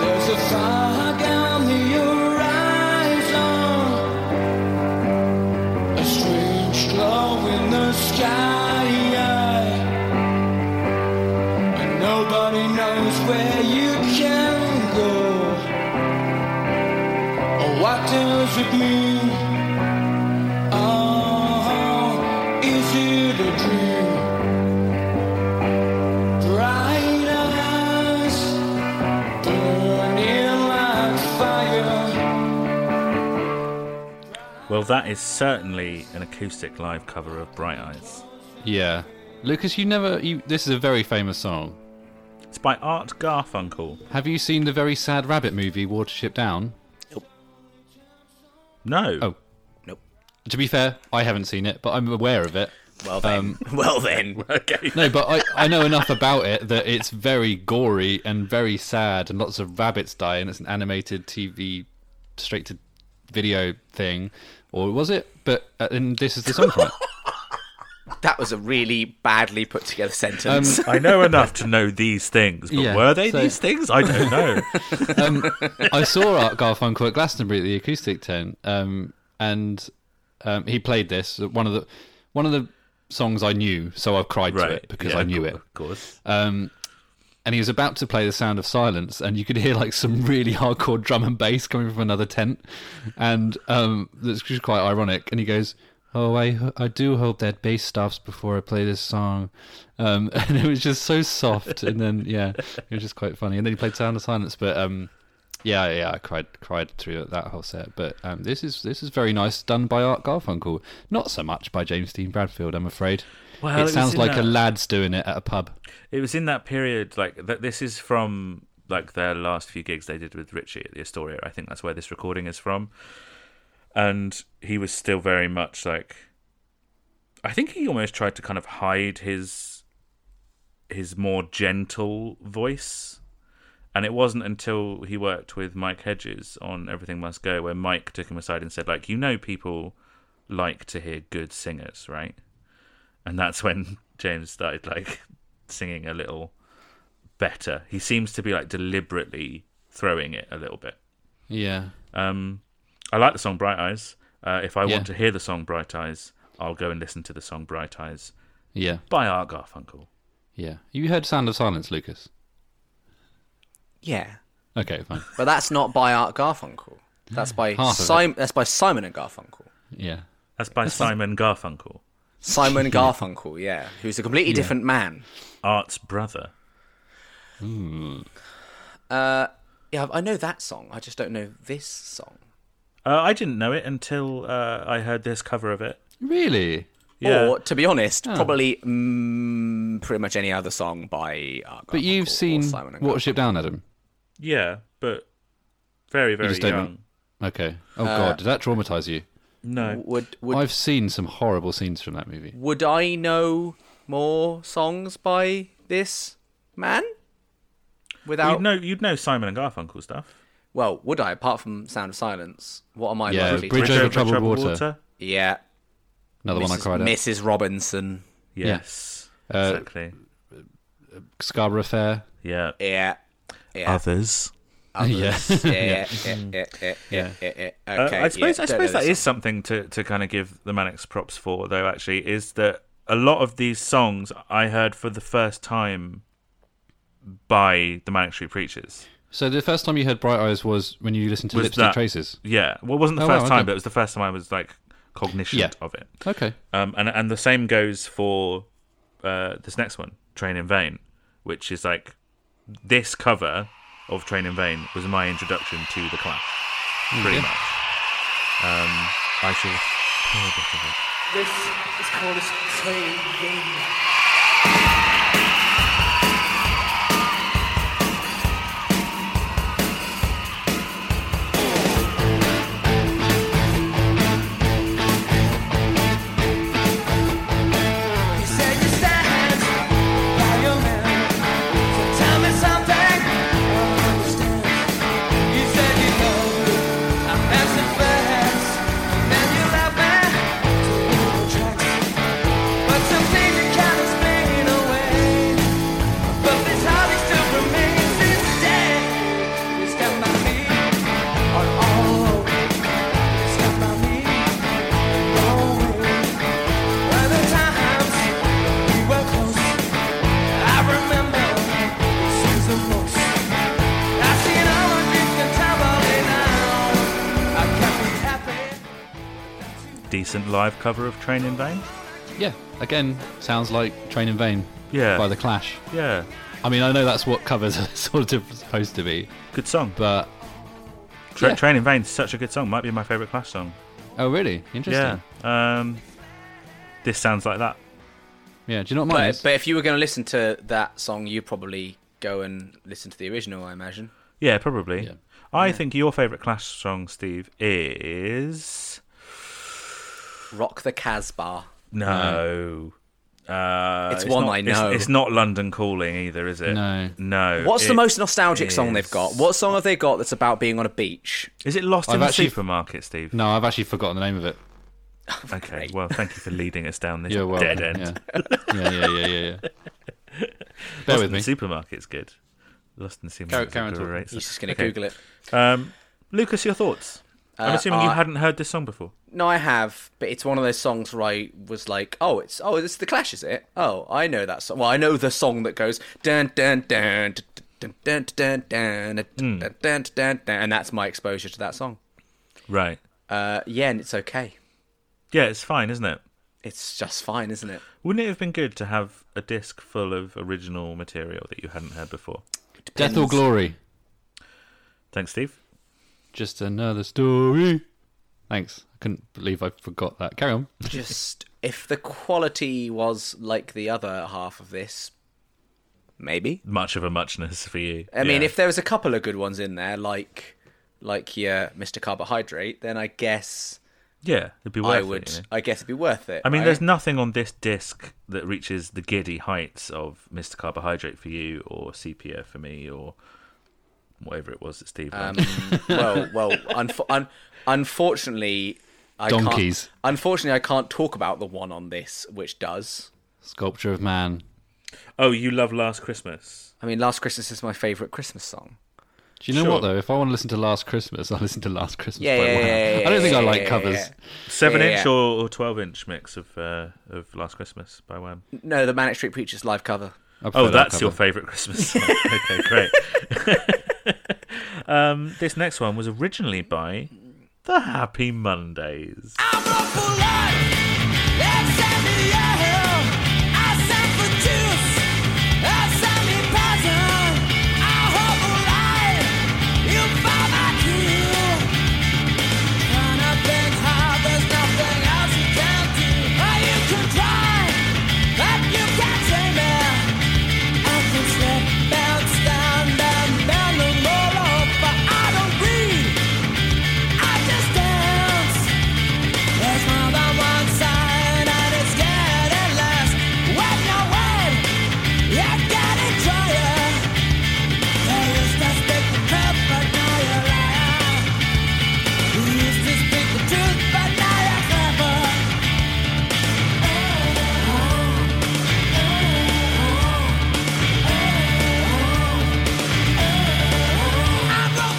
There's a fog on the horizon. A strange glow in the sky. And nobody knows where you can go. Or what does it mean? Oh, is it a dream? Bright eyes, burning like fire.
well, that is certainly an acoustic live cover of Bright Eyes.
Yeah. Lucas, you never. You, this is a very famous song.
It's by Art Garfunkel.
Have you seen the very sad rabbit movie, Watership Down?
No.
Oh.
Nope.
To be fair, I haven't seen it, but I'm aware of it.
Well then.
Um,
well then.
Okay.
No, but I, I know enough about it that it's very gory and very sad, and lots of rabbits die, and it's an animated TV, straight to video thing, or was it? But uh, and this is the song from it.
That was a really badly put together sentence.
Um,
I know enough to know these things, but
Yeah,
were they
so-
these things? I don't know.
I saw Art Garfunkel at Glastonbury at the acoustic tent, um, and um, he played this one of the one of the songs I knew, so I cried to it because
yeah,
I knew it.
Of course.
Um, and he was about to play the sound of silence, and you could hear like some really hardcore drum and bass coming from another tent, and um, that's just quite ironic. And he goes, "Oh, I ho- I do hope that bass stops before I play this song," um, and it was just so soft. And then yeah, it was just quite funny. And then he played sound of silence, but um, yeah, yeah, I cried cried through that whole set. But um, this is this is very nice, done by Art Garfunkel, not so much by James Dean Bradfield, I'm afraid.
Well, it
it
was
sounds
in
like
that-
a lad's doing it at a pub.
It was in that period, like that. This is from like their last few gigs they did with Richie at the Astoria. I think that's where this recording is from. And he was still very much like, I think he almost tried to kind of hide his his more gentle voice. And it wasn't until he worked with Mike Hedges on Everything Must Go where Mike took him aside and said, like, you know, people like to hear good singers, right? And that's when James started like singing a little better. He seems to be like deliberately throwing it a little bit.
Yeah.
Um, I like the song Bright Eyes. Uh, if I
Yeah.
want to hear the song Bright Eyes, I'll go and listen to the song Bright Eyes
Yeah,
by Art Garfunkel.
yeah. You heard Sound of Silence, Lucas.
yeah.
Okay, fine.
But that's not by Art Garfunkel. That's by
Half of it.
Simon. That's by Simon and Garfunkel.
Yeah.
That's by Simon Garfunkel,
Simon Garfunkel, yeah, who's a completely different man.
Art's brother.
Yeah, I I know that song. I just don't know this song.
Uh, I didn't know it until uh, I heard this cover of it.
Really?
Yeah.
Or, to be honest, probably mm, pretty much any other song by Art
But
Garfunkel
you've
or
seen
Simon and
Watership Down, Adam.
Yeah, but very, very
just don't
young.
Okay. Oh God, did that traumatise you?
No.
Garfunkel. Would Uh, would
I've seen some horrible scenes from that movie.
would I know more songs by this man? Without
You'd know, you'd know Simon and Garfunkel stuff.
well, would I? Apart from Sound of Silence, what am I
Yeah,
likely? to-
Bridge- Over Troubled Water.
yeah,
Another one I
Mrs.
cried at.
Mrs. Robinson.
Yes.
Uh,
Exactly.
Scarborough Fair.
Yeah.
Yeah. Yeah.
Others.
yeah.
yeah, yeah, yeah, yeah, yeah, yeah, yeah, yeah.
Uh,
Okay,
I suppose I
yeah, don't
suppose
know
that
this
is something to, to kind of give the Manics props for, though. Actually, is that a lot of these songs I heard for the first time by the Manic Street Preachers.
So the first time you heard Bright Eyes was when you listened to
Was
Lipstick
that-
Traces.
Yeah, well, it wasn't the
Oh,
first
wow,
time,
okay.
but it was the first time I was like cognizant
Yeah.
of it.
Okay.
Um, and and the same goes for uh, this next one, Train in Vain, which is like this cover of Train in Vain was my introduction to the Clash, pretty
Hmm, yeah.
much. Um, I shall play a bit of it.
This is called a train game. You said you stand by your man. So tell me something I understand. You said you know I'm passing fast, and then you left me to the tracks. But some things you can't explain away. But this hobby still remains this day. It's got my feet on all over. It's got my feet going. Other times we were close. I remember it seems the most. I've seen all of you can tell me now. I can't be happy.
decent live cover of Train in Vain.
Yeah. Again, sounds like Train in Vain
Yeah,
by The Clash.
yeah,
I mean, I know that's what covers are sort of supposed to be,
good song.
but
Tra-
yeah.
Train in Vain, such a good song. Might be my favorite Clash song.
oh really? Interesting.
Yeah.
Yeah.
Um, this sounds like that.
Do you know what mine
But,
is?
but if you were going to listen to that song, you probably go and listen to the original, I imagine.
Yeah, probably.
Yeah.
I think your favourite Clash song, Steve, is
Rock the Casbah.
no. Uh,
It's one
not-
I know.
It's, it's not London Calling either, is it?
No.
no.
What's the
it-
most nostalgic song they've
is-
got? What song have they got that's about being on a beach?
Is it Lost
I've
in the
actually-
Supermarket, Steve?
No, I've actually forgotten the name of it.
okay. Well, thank you for leading us down this
You're welcome.
dead end.
Yeah. yeah, yeah, yeah, yeah, yeah. Bear
Lost
with
in the
me.
Supermarket's good. Lost in the Supermarket's
carry on
a good
talking.
race.
He's just going to
Okay.
Google it.
Um, Lucas, your thoughts? I'm
Uh,
assuming you
I-
hadn't heard this song before.
No, I have, but it's one of those songs where I was like, "Oh, it's oh, this is the Clash, is it? Oh, I know that song. Well, I know the song that goes dun dun dun dun dun dun dun dun
Hmm.
dun dun dun, dun," and that's my exposure to that song.
Right.
Uh, yeah, and it's okay.
Yeah, it's fine, isn't it?
It's just fine, isn't it?
Wouldn't it have been good to have a disc full of original material that you hadn't heard before?
Death or Glory.
Thanks, Steve.
Just another story. Thanks. I couldn't believe I forgot that. Carry on.
Just if the quality was like the other half of this, maybe.
Much of a muchness for you.
I mean,
Yeah.
if there was a couple of good ones in there, like like yeah, Mr. Carbohydrate, then I guess
yeah, it'd be worth
I
it,
would.
you know?
I guess it'd be worth it.
I mean,
right?
there's nothing on this disc that reaches the giddy heights of Mr. Carbohydrate for you, or Sepia for me, or whatever it was that Steve.
Um,
liked.
well, well, unf- un- unfortunately, I
Donkeys.
Can't, unfortunately, I can't talk about the one on this, which does.
Sculpture of Man.
oh, you love Last Christmas.
I mean, Last Christmas is my favourite Christmas song.
Do you know what
Sure.
though? If I want to listen to Last Christmas, I listen to Last Christmas.
Yeah,
by
yeah,
Wham.
yeah, yeah,
I don't think I
yeah,
like
yeah,
covers.
yeah.
Seven
Yeah,
inch
yeah.
or, or twelve inch mix of uh, of Last Christmas by Wham.
No, the Manic Street Preachers live cover.
I prefer
Oh,
that
that's your
cover.
favourite Christmas song. okay, great. um, this next one was originally by the Happy Mondays.
I'm up for life. Let's send me a hill. I sent for juice. I sent me poison. I hope alive. You found my cure. Trying to think hard. There's nothing else you can do. Oh, you can try, but you can't save me. I can slip, bounce, down, down, down the roll up, but I don't breathe. I just dance. There's more than one side, and it's getting less. When you win, you're getting drier. They used to speak the truth, but now you're lying. You used to speak the truth, but now you're clever.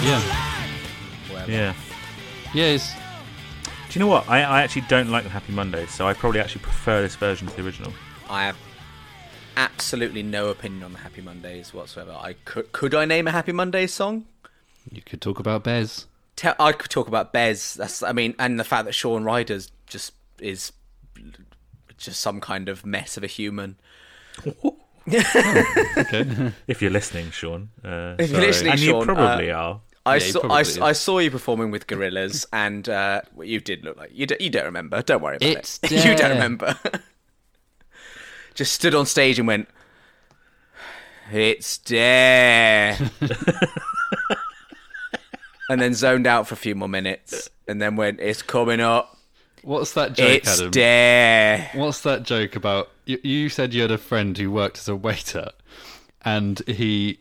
Yeah,
Yeah.
yeah. It's,
Do you know what? I, I actually don't like the Happy Mondays, so I probably actually prefer this version to the original.
I have absolutely no opinion on the Happy Mondays whatsoever. I could could I name a Happy Mondays song?
you could talk about bears.
Te- I could talk about Bez. That's I mean, and the fact that Sean Ryder's just is just some kind of mess of a human.
If you're listening, Sean. Uh,
If you're
sorry.
listening,
and
Sean,
you probably
uh,
are.
I
he
saw I,
probably
s-
is.
I saw you performing with Gorillas, and uh, well, you did look like you. D- you don't remember. Don't worry about
It's
it. you
there.
don't remember. Just stood on stage and went. It's there. and then zoned out for a few more minutes, and then went. It's coming up.
What's that joke,
It's
Adam?
there.
What's that joke about? You, you said you had a friend who worked as a waiter, and he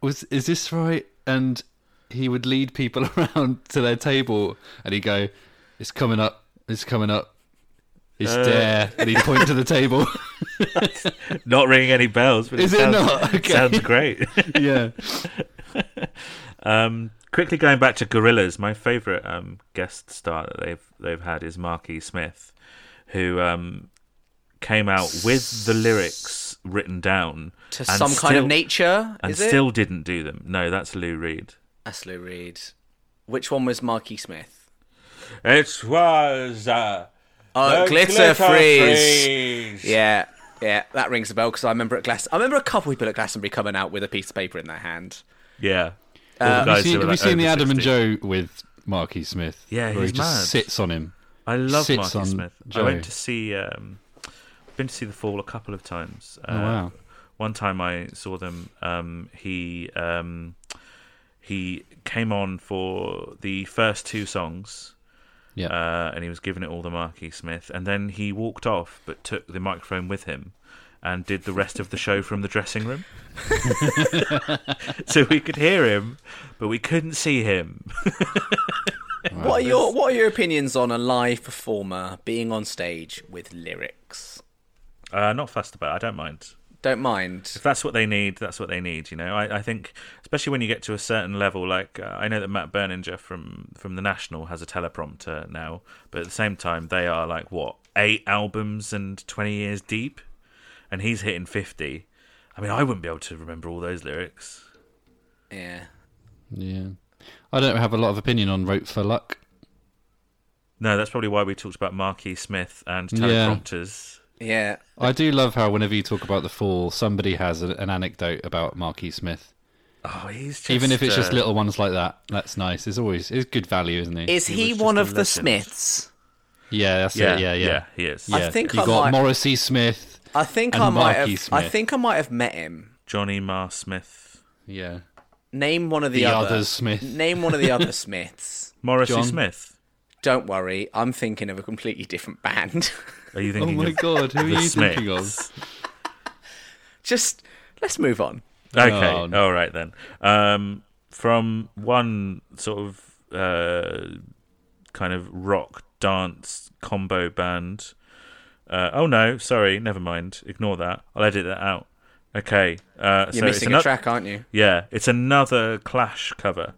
was. Is this right? And he would lead people around to their table, and he'd go, "It's coming up. It's coming up. It's
Uh,
there." And he'd point to the table.
Not ringing any bells, but
Is
it,
it
sounds,
not? Okay.
sounds great.
yeah.
um, quickly going back to Gorillas, my favourite um, guest star that they've they've had is Marky Smith, who um, came out with the lyrics written down
to
and
some kind of
still-
nature.
and
is it?
still didn't do them. No, that's Lou Reed.
That's Lou Reed. Which one was Marky Smith?
It was uh,
Oh,
a
Glitter, Freeze.
freeze.
Yeah, yeah, that rings a bell because I remember at Glass. I remember a couple people at Glastonbury coming out with a piece of paper in their hand.
Yeah. All
Have
the
you
guys
seen,
who were,
have you
like,
seen the
over
Adam and
60.
Joe with Marky Smith?
Yeah,
where
he's
he just
mad.
sits on him.
I love
sits
Marky
on
Smith. I
Joe.
went to see um, been to see the Fall a couple of times. Uh,
Oh, wow.
One time I saw them. Um, he um, he came on for the first two songs,
Yeah.
uh, and he was giving it all to Marky Smith, and then he walked off, but took the microphone with him. And did the rest of the show from the dressing room, so we could hear him, but we couldn't see him.
What are your What are your opinions on a live performer being on stage with lyrics?
Uh, not fussed about. it, I don't mind.
Don't mind.
if that's what they need, that's what they need. You know, I, I think especially when you get to a certain level, like uh, I know that Matt Berninger from from the National has a teleprompter now, but at the same time, they are like what eight albums and twenty years deep, and he's hitting fifty. I mean, I wouldn't be able to remember all those lyrics.
Yeah.
Yeah. I don't have a lot of opinion on Rope for Luck.
No, that's probably why we talked about Marquis Smith and
Yeah.
teleprompters.
Yeah.
I do love how whenever you talk about the fall, somebody has a, an anecdote about Marquis Smith.
Oh, he's just,
Even if it's just
uh,
little ones like that, that's nice. It's always it's good value, isn't it?
Is he,
was just
one
a
of the
legend.
Smiths?
yeah, that's
Yeah,
it. Yeah, yeah,
yeah, he is.
Yeah.
I think
you
I
got
might-
Morrissey Smith.
I think
And
I might
Marky
have. I
Smith.
think I might have met him.
Johnny Marr Smith,
Yeah,
Name one of the,
The
other
other Smith.
Name one of the other Smiths.
Morrissey
John.
Smith.
Don't worry, I'm thinking of a completely different band.
Are you thinking?
Oh my
of
God, who are
the
you thinking of?
Smiths?
Just let's move on.
Okay,
Oh, no.
all right then. Um, from one sort of uh, kind of rock dance combo band. Uh, oh no, sorry, never mind. Ignore that. I'll edit that out. Okay, uh,
You're
so it's
missing a
ano-
track, aren't you?
Yeah, it's another Clash cover.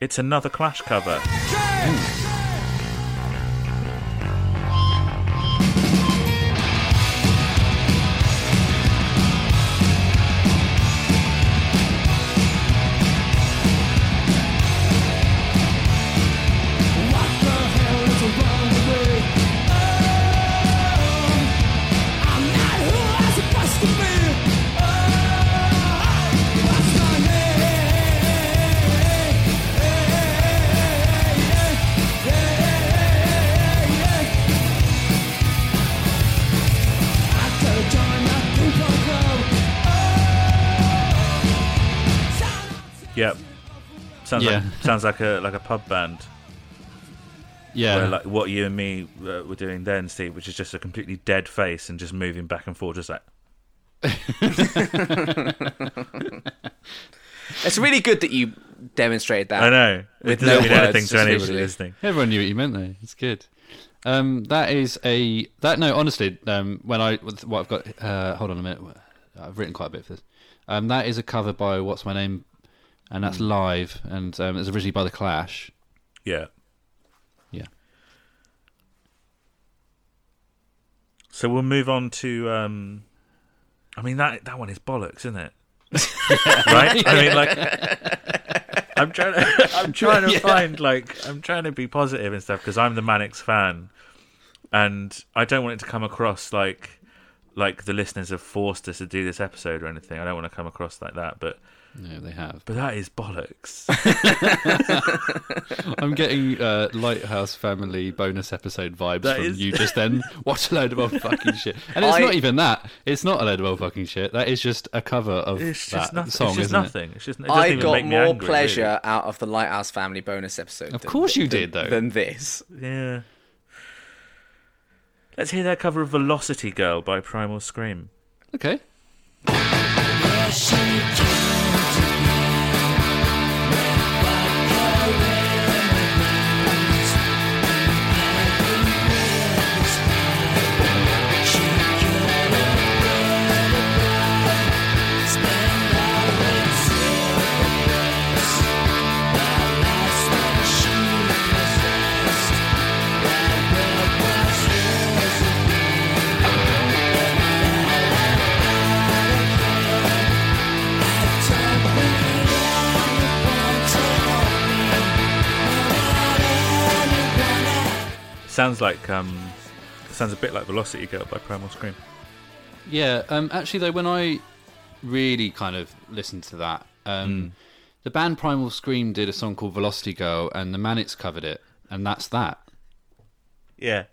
It's another Clash cover.
Oh, Oh.
Yep. Sounds like
Yeah.
sounds like a like a pub band.
yeah.
Where, like what you and me uh, were doing then, Steve, which is just a completely dead face and just moving back and forth, just like
It's really good that you demonstrated that.
I know. It
With
doesn't
no
mean
words,
anything to
just
anybody
visually.
listening.
Everyone knew what you meant though. It's good. Um, that is a that no honestly. Um, when I with what I've got. Uh, hold on a minute. I've written quite a bit for this. Um, that is a cover by what's my name, and that's live, and um, it's originally by the Clash.
Yeah.
Yeah.
So we'll move on to. Um, I mean that that one is bollocks, isn't it? right. I mean, like, I'm trying to I'm trying to find like I'm trying to be positive and stuff because I'm the Mannix fan, and I don't want it to come across like like the listeners have forced us to do this episode or anything. I don't want to come across like that, but
No, they have.
but that is bollocks.
I'm getting uh, Lighthouse Family bonus episode vibes
That
from
is-
you just then. What a load of old fucking shit! And it's
I-
not even that. It's not a load of old fucking shit. That is just a cover of
It's
that
just nothing.
song,
it's just
isn't
nothing. It's just. It doesn't
I
even
got
make me
more
angry,
pleasure out of the Lighthouse Family bonus episode.
Of
than-
course you
than-
did, though.
Than this.
Really. Yeah. Let's hear their cover of "Velocity Girl" by Primal Scream.
it? Okay.
Sounds like um, sounds a bit like "Velocity Girl" by Primal Scream.
Yeah, um, actually, though, when I really kind of listened to that,
Hmm.
um, the band Primal Scream did a song called Velocity Girl, and the Manics covered it, and that's that.
Yeah.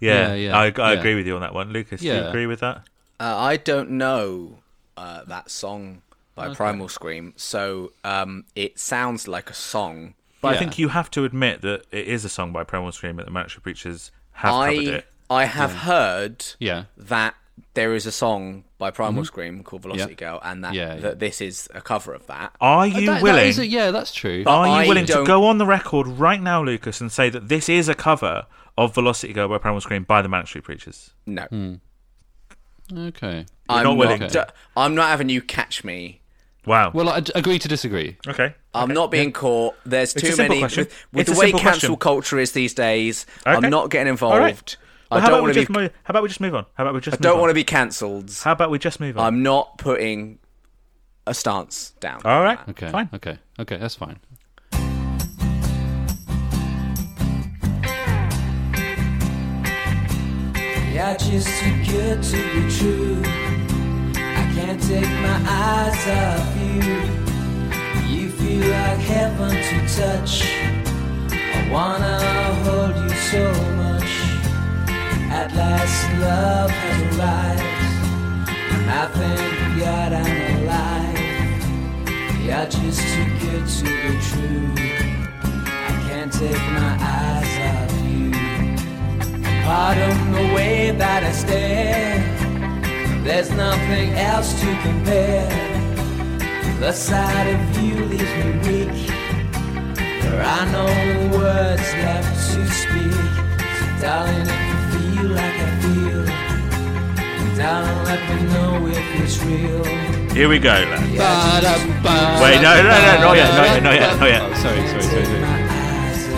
Yeah,
Yeah, yeah,
I, I
yeah.
agree with you on that one, Lucas. Do
Yeah.
you agree with that?
Uh, I don't know. uh, that song by Primal Scream, so um, it sounds like a song.
But I
Yeah.
think you have to admit that it is a song by Primal Scream that the Manchester Preachers have covered
I
it.
I have heard
Yeah.
that there is a song by
Mm-hmm.
Primal Scream called Velocity
Yeah.
Girl, and that
Yeah, yeah.
that this is a cover of that.
Are you
That- that
willing? Oh.
is a- yeah, that's true.
Are you
I
willing to
don't-
go on the record right now, Lucas, and say that this is a cover of Velocity Girl by Primal Scream by the Manic Street Preachers?
No,
okay.
I'm
Hmm. not willing.
d- I'm not having you catch me.
Wow.
Well, I d- agree to disagree.
okay.
I'm not being caught. There's
a
too
simple
many.
question.
With, with
It's
the
a
way
simple question.
cancel culture is these days,
Okay.
I'm not getting
All
involved.
right. Well,
I
how
don't
about we
want to
just
be.
move? How about we just move on? How about we just?
I don't
move
want
on?
to be cancelled.
How about we just move on?
I'm not putting a stance down.
All right.
Okay.
Fine.
Okay. Okay. That's fine.
Yeah, just too good to be true. I can't take my eyes off you. You feel like heaven to touch. I wanna hold you so much. At last, love has arrived. And I thank God I'm alive. Yeah, just too good to be true. I can't take my eyes off you. Pardon the way that I stare. There's nothing else to compare. The sight of you leaves me weak. There are no words left to speak. So darling, if you feel like I feel, darling, let me know if it's real.
Here we go. Lad.
Yeah, just
Wait, no, no, no, not yet, not yet, not yet, not
Oh,
yet.
sorry, sorry, sorry. sorry.
my eyes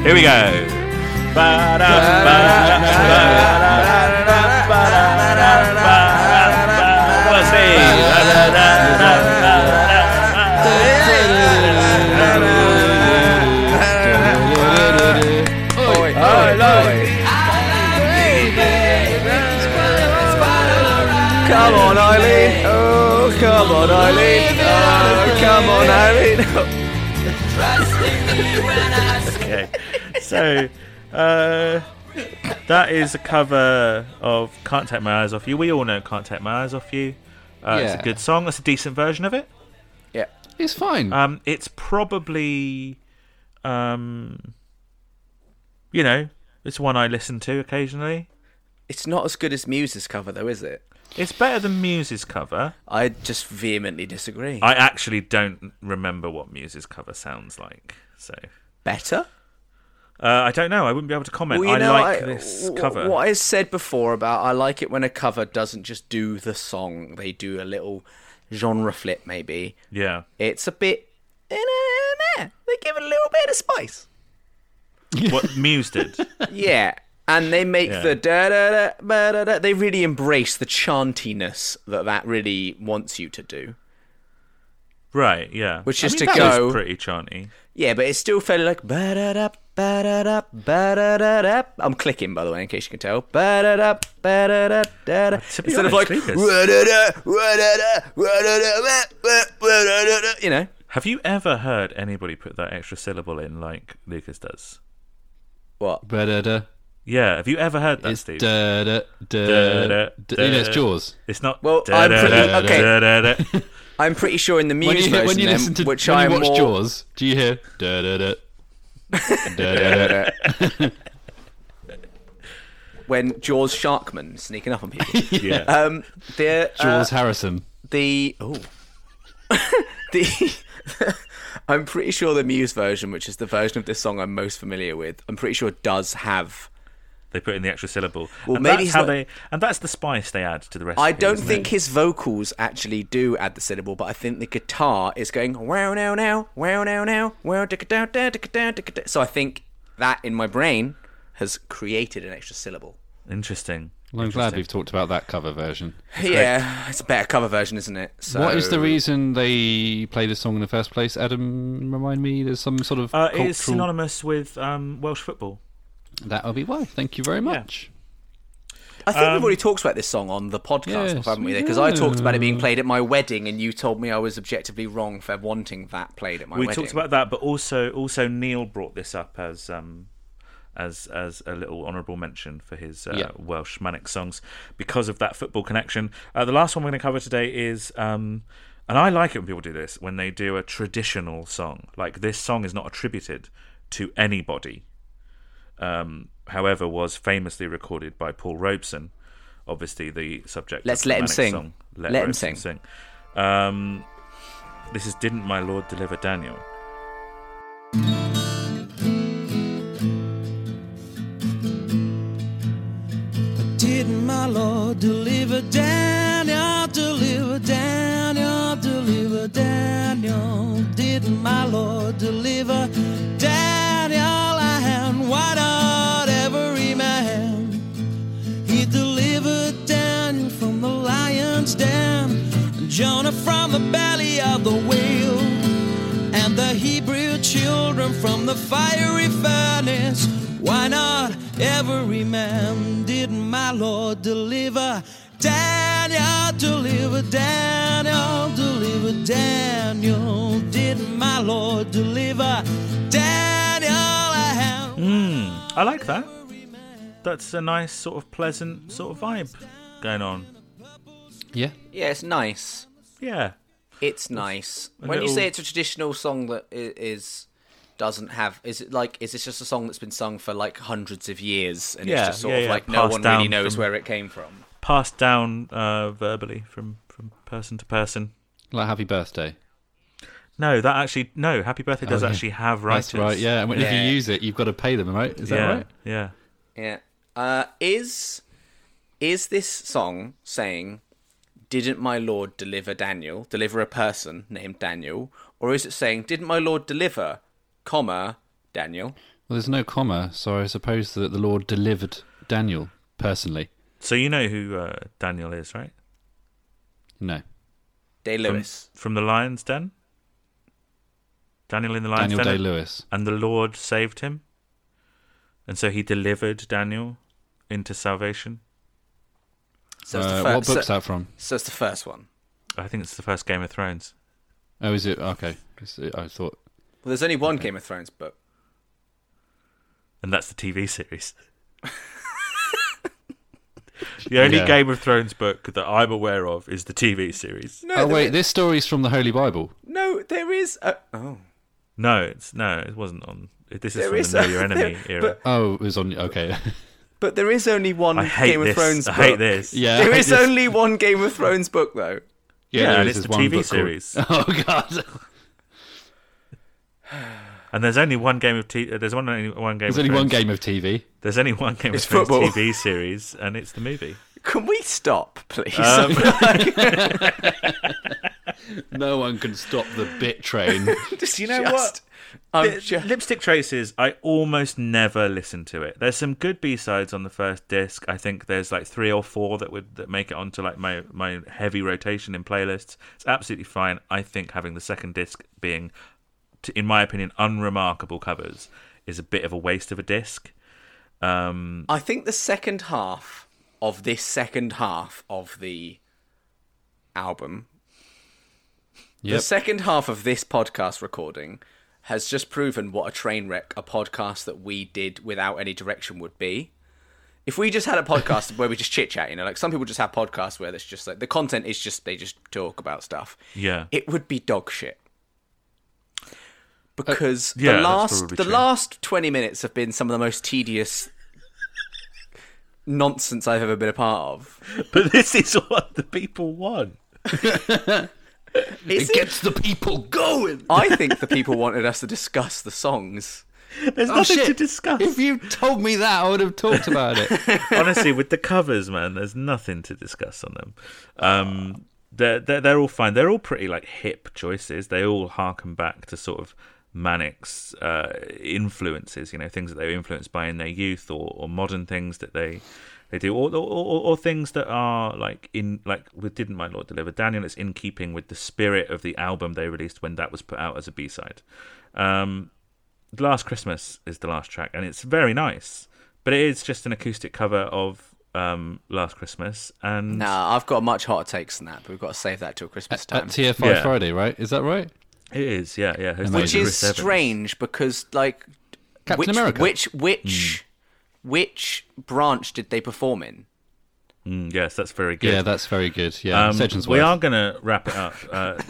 up.
Here we go. Ba-da, ba-da, ba-da, ba-da, ba-da, ba-da, ba-da. Let's see. Da, da, da, da, da.
Come on, Eileen. Oh, come on, Eileen. Oh, come on, Eileen.
okay. So, uh, that is a cover of Can't Take My Eyes Off You. We all know Can't Take My Eyes Off You. Uh, It's
Yeah.
a good song. It's a decent version of it.
yeah.
It's fine.
Um, it's probably, um, you know, it's one I listen to occasionally.
It's not as good as Muse's cover, though, is it?
It's better than Muse's cover.
I just vehemently disagree.
I actually don't remember what Muse's cover sounds like. So,
Better?
uh, I don't know. I wouldn't be able to comment.
Well, you
I
know,
like
I-
this
w-
cover.
What I said before about I like it when a cover doesn't just do the song; they do a little genre flip. Maybe
Yeah.
it's a bit in there. They give it a little bit of spice.
What Muse did.
Yeah, and they make
Yeah.
the da da da ba, da da. They really embrace the chantiness that that really wants you to do.
Right, yeah.
Which
I
is
mean,
to
that was
go-
pretty chanty.
Yeah, but it's still fairly like ba da da ba da da ba da da da. I'm clicking by the way, in case you can tell. Ba da da ba da da da da.
to be
Instead of like
honest,
wa da
Lucas-
da wa da da wa da da wa wa- wa da da da. You know,
Have you ever heard anybody put that extra syllable in like Lucas does?
what?
Ba-da-da.
Yeah, have you ever heard that,
It's
Steve?
da-da,
Da-da,
da-da. You know, it's
da.
Jaws.
It's not.
Well,
da-
I'm
da-
pretty-
da-
okay.
da- da- da-
I'm pretty sure in the
When
Muse
you,
version,
when you
then,
listen to
which
when
I'm
you watch
more,
Jaws, do you hear da-da-da? Da-da-da.
when Jaws Sharkman sneaking up on people,
yeah.
um, the uh,
Jaws Harrison.
the oh the I'm pretty sure the Muse version, which is the version of this song I'm most familiar with, I'm pretty sure does have.
they put in the extra syllable.
Well,
and
maybe
that's
he's
how
not-
they. And that's the spice they add to the rest.
I
of it,
don't
isn't
think
it?
his vocals actually do add the syllable, but I think the guitar is going wow now now wow now now wow da da da da da da. So I think that in my brain has created an extra syllable.
Interesting.
Well, I'm glad we've talked about that cover version.
yeah, it's a better cover version, isn't it? So
What is the reason they played this song in the first place? Adam, remind me. There's some sort of
Uh,
cultural.
It's synonymous with um, Welsh football.
That'll be why. Thank you very much.
I think
Um,
we've already talked about this song on the podcast,
Yes,
before, haven't we?
we
Because I
have.
talked about it being played at my wedding, and you told me I was objectively wrong for wanting that played at my
we
wedding.
talked about that, but also also Neil brought this up as um, as as a little honourable mention for his uh,
Yeah.
Welsh manic songs because of that football connection. Uh, the last one we're going to cover today is, um, and I like it when people do this when they do a traditional song. Like this song is not attributed to anybody. Um, however, was famously recorded by Paul Robeson, obviously the subject.
Let's
of the
let him
manic
sing.
Song.
Let him
Robeson
sing.
sing. Um, this is "Didn't My Lord Deliver Daniel."
Didn't my Lord deliver Daniel, deliver Daniel, deliver Daniel? Didn't my Lord deliver Daniel and why not every man? He delivered Daniel from the lion's den, and Jonah from the belly of the whale and the Hebrew children from the fiery furnace. Why not every man? Didn't my Lord deliver Daniel? Deliver Daniel, deliver Daniel. Didn't my Lord deliver Daniel? I have
I like that. That's a nice sort of pleasant sort of vibe going on.
Yeah.
Yeah, it's nice.
Yeah.
It's nice.
a
when you
little-
say it's a traditional song that i- is doesn't have is it like is this just a song that's been sung for like hundreds of years and
Yeah,
it's just sort
yeah,
of
yeah,
like no
passed
one really
down
knows
from-
where it came from.
Passed down uh, verbally from, from person to person.
Like Happy Birthday.
No, that actually no, Happy Birthday does
Oh, yeah.
actually have writers.
That's right. Yeah. And when- if
Yeah.
you use it, you've got to pay them, right? Is that
yeah.
right?
Yeah.
Yeah. Uh, is is this song saying, "Didn't my Lord deliver Daniel? Deliver a person named Daniel?" Or is it saying, "Didn't my Lord deliver, comma Daniel?"
Well, there's no comma, so I suppose that the Lord delivered Daniel personally.
So you know who uh, Daniel is, right?
No.
Day
Um,
Lewis.
From the Lion's Den? Daniel in the Lion's
Daniel
Den.
Day Lewis.
And the Lord saved him. And so he delivered Daniel into salvation.
So it's the
Uh,
fir-
what book's
so,
that from?
so it's the first one.
I think it's the first Game of Thrones.
Oh, is it? Okay. It's- I thought.
Well, there's only one Game of Thrones book.
and that's the TV series. the only
Yeah.
Game of Thrones book that I'm aware of is the TV series.
No,
Oh,
there
wait,
is-
this story's from the Holy Bible.
no, there is. A, oh,
No, it's no, it wasn't on. This is
There
from
is
the Know
a-
Your Enemy
there-
era.
but-
Oh, it was on. Okay.
but there is only one
I hate
Game
this.
of Thrones.
I
book.
hate this.
yeah.
There is
yes.
only one Game of Thrones book, though.
Yeah,
Yeah,
there
and
is
it's
this
the
one
TV
book called-
series.
Oh, God.
And there's only one game of t- uh, there's one only one game.
There's
of
only one
Thrones-
game of TV.
There's only one game
It's
of Thrones
football.
TV series, and it's the movie.
Can we stop, please?
Um,
No one can stop the bit train.
just,
you know
just, what?
Li- Lipstick Traces, I almost never listen to it. There's some good B sides on the first disc. I think there's like three or four that would that make it onto like my my heavy rotation in playlists. It's absolutely fine. I think having the second disc being, t- in my opinion, unremarkable covers is a bit of a waste of a disc. Um,
I think the second half of this second half of the album, the
Yep.
second half of this podcast recording, has just proven what a train wreck a podcast that we did without any direction would be. If we just had a podcast where we just chit chat, you know, like some people just have podcasts where it's just like the content is just they just talk about stuff.
yeah,
it would be dog shit. Because
Uh, yeah,
the
that's
last
probably
the
true.
last twenty minutes have been some of the most tedious nonsense I've ever been a part of.
but this is what the people want.
Is
It
it-
gets the people going.
I think the people wanted us to discuss the songs.
There's
Oh,
nothing to
shit.
discuss.
If you told me that, I would have talked about it.
honestly, with the covers, man, there's nothing to discuss on them. Um, they're, they're they're all fine. They're all pretty like hip choices. They all harken back to sort of Manic's uh, influences. You know, things that they were influenced by in their youth, or, or modern things that they they do, or, or, or, or things that are like in like with "Didn't My Lord Deliver Daniel." It's in keeping with the spirit of the album they released when that was put out as a B side. Um, Last Christmas is the last track, and it's very nice. But it is just an acoustic cover of um, Last Christmas, and
Nah, I've got much hotter takes than that, but we've got to save that till Christmas
At
time.
TFI
Yeah.
Friday, right? Is that right?
it is, yeah, yeah. hosted by
Amazing.
Which
Chris
is
Evans.
strange because like
Captain
which,
America.
Which which
Hmm.
which branch did they perform in?
Mm, yes, that's very good.
Yeah, that's very good. Yeah,
Um,
Sedgwick's
we
worth.
are going to wrap it up. Uh,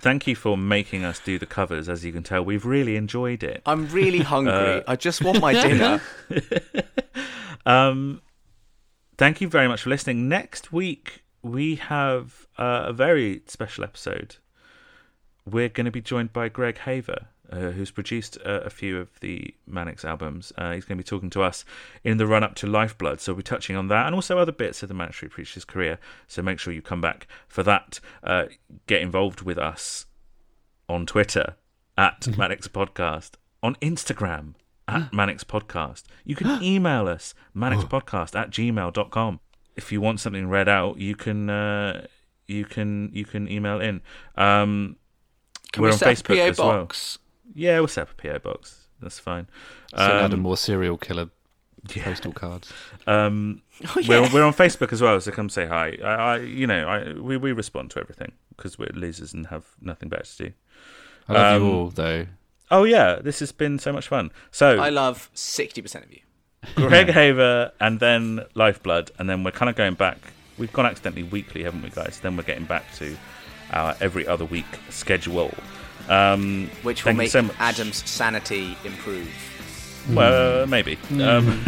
thank you for making us do the covers. As you can tell, we've really enjoyed it.
I'm really
Uh,
hungry. I just want my dinner.
Thank you very much for listening. Next week we have uh, a very special episode. We're going to be joined by Greg Haver, uh, who's produced uh, a few of the Mannix albums. Uh, he's going to be talking to us in the run up to Lifeblood, so we'll be touching on that and also other bits of the Manic Street Preacher's career. So make sure you come back for that. Uh, get involved with us on Twitter at
Mm-hmm.
Mannix Podcast, on Instagram at Mannix Podcast. You can email us,
Oh.
Podcast at gmail.com. If you want something read out, you can uh, you can you can email in. Um,
Can
we're
we
on
set up
Facebook
a PO
as well.
box?
Yeah, we'll set up a PO box. That's fine.
So Adam Moore serial killer postal cards.
Um,
Oh,
we're, we're on Facebook as well, so come say hi. I, I you know, I we, we respond to everything because we're losers and have nothing better to do.
I love
Um,
you all though.
Oh yeah, this has been so much fun. So
I love sixty percent of you.
Greg Haver and then Lifeblood, and then we're kind of going back. We've gone accidentally weekly, haven't we, guys? Then we're getting back to our every other week schedule. Um,
which will
thank you
make
so much.
Adam's sanity improve.
Well, maybe. Um,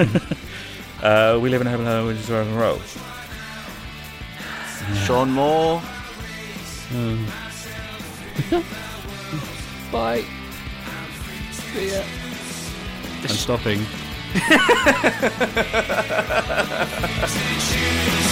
uh, we live in a heaven, hell, which is rock and roll.
Sean Moore.
Bye. I'm stopping.
Choose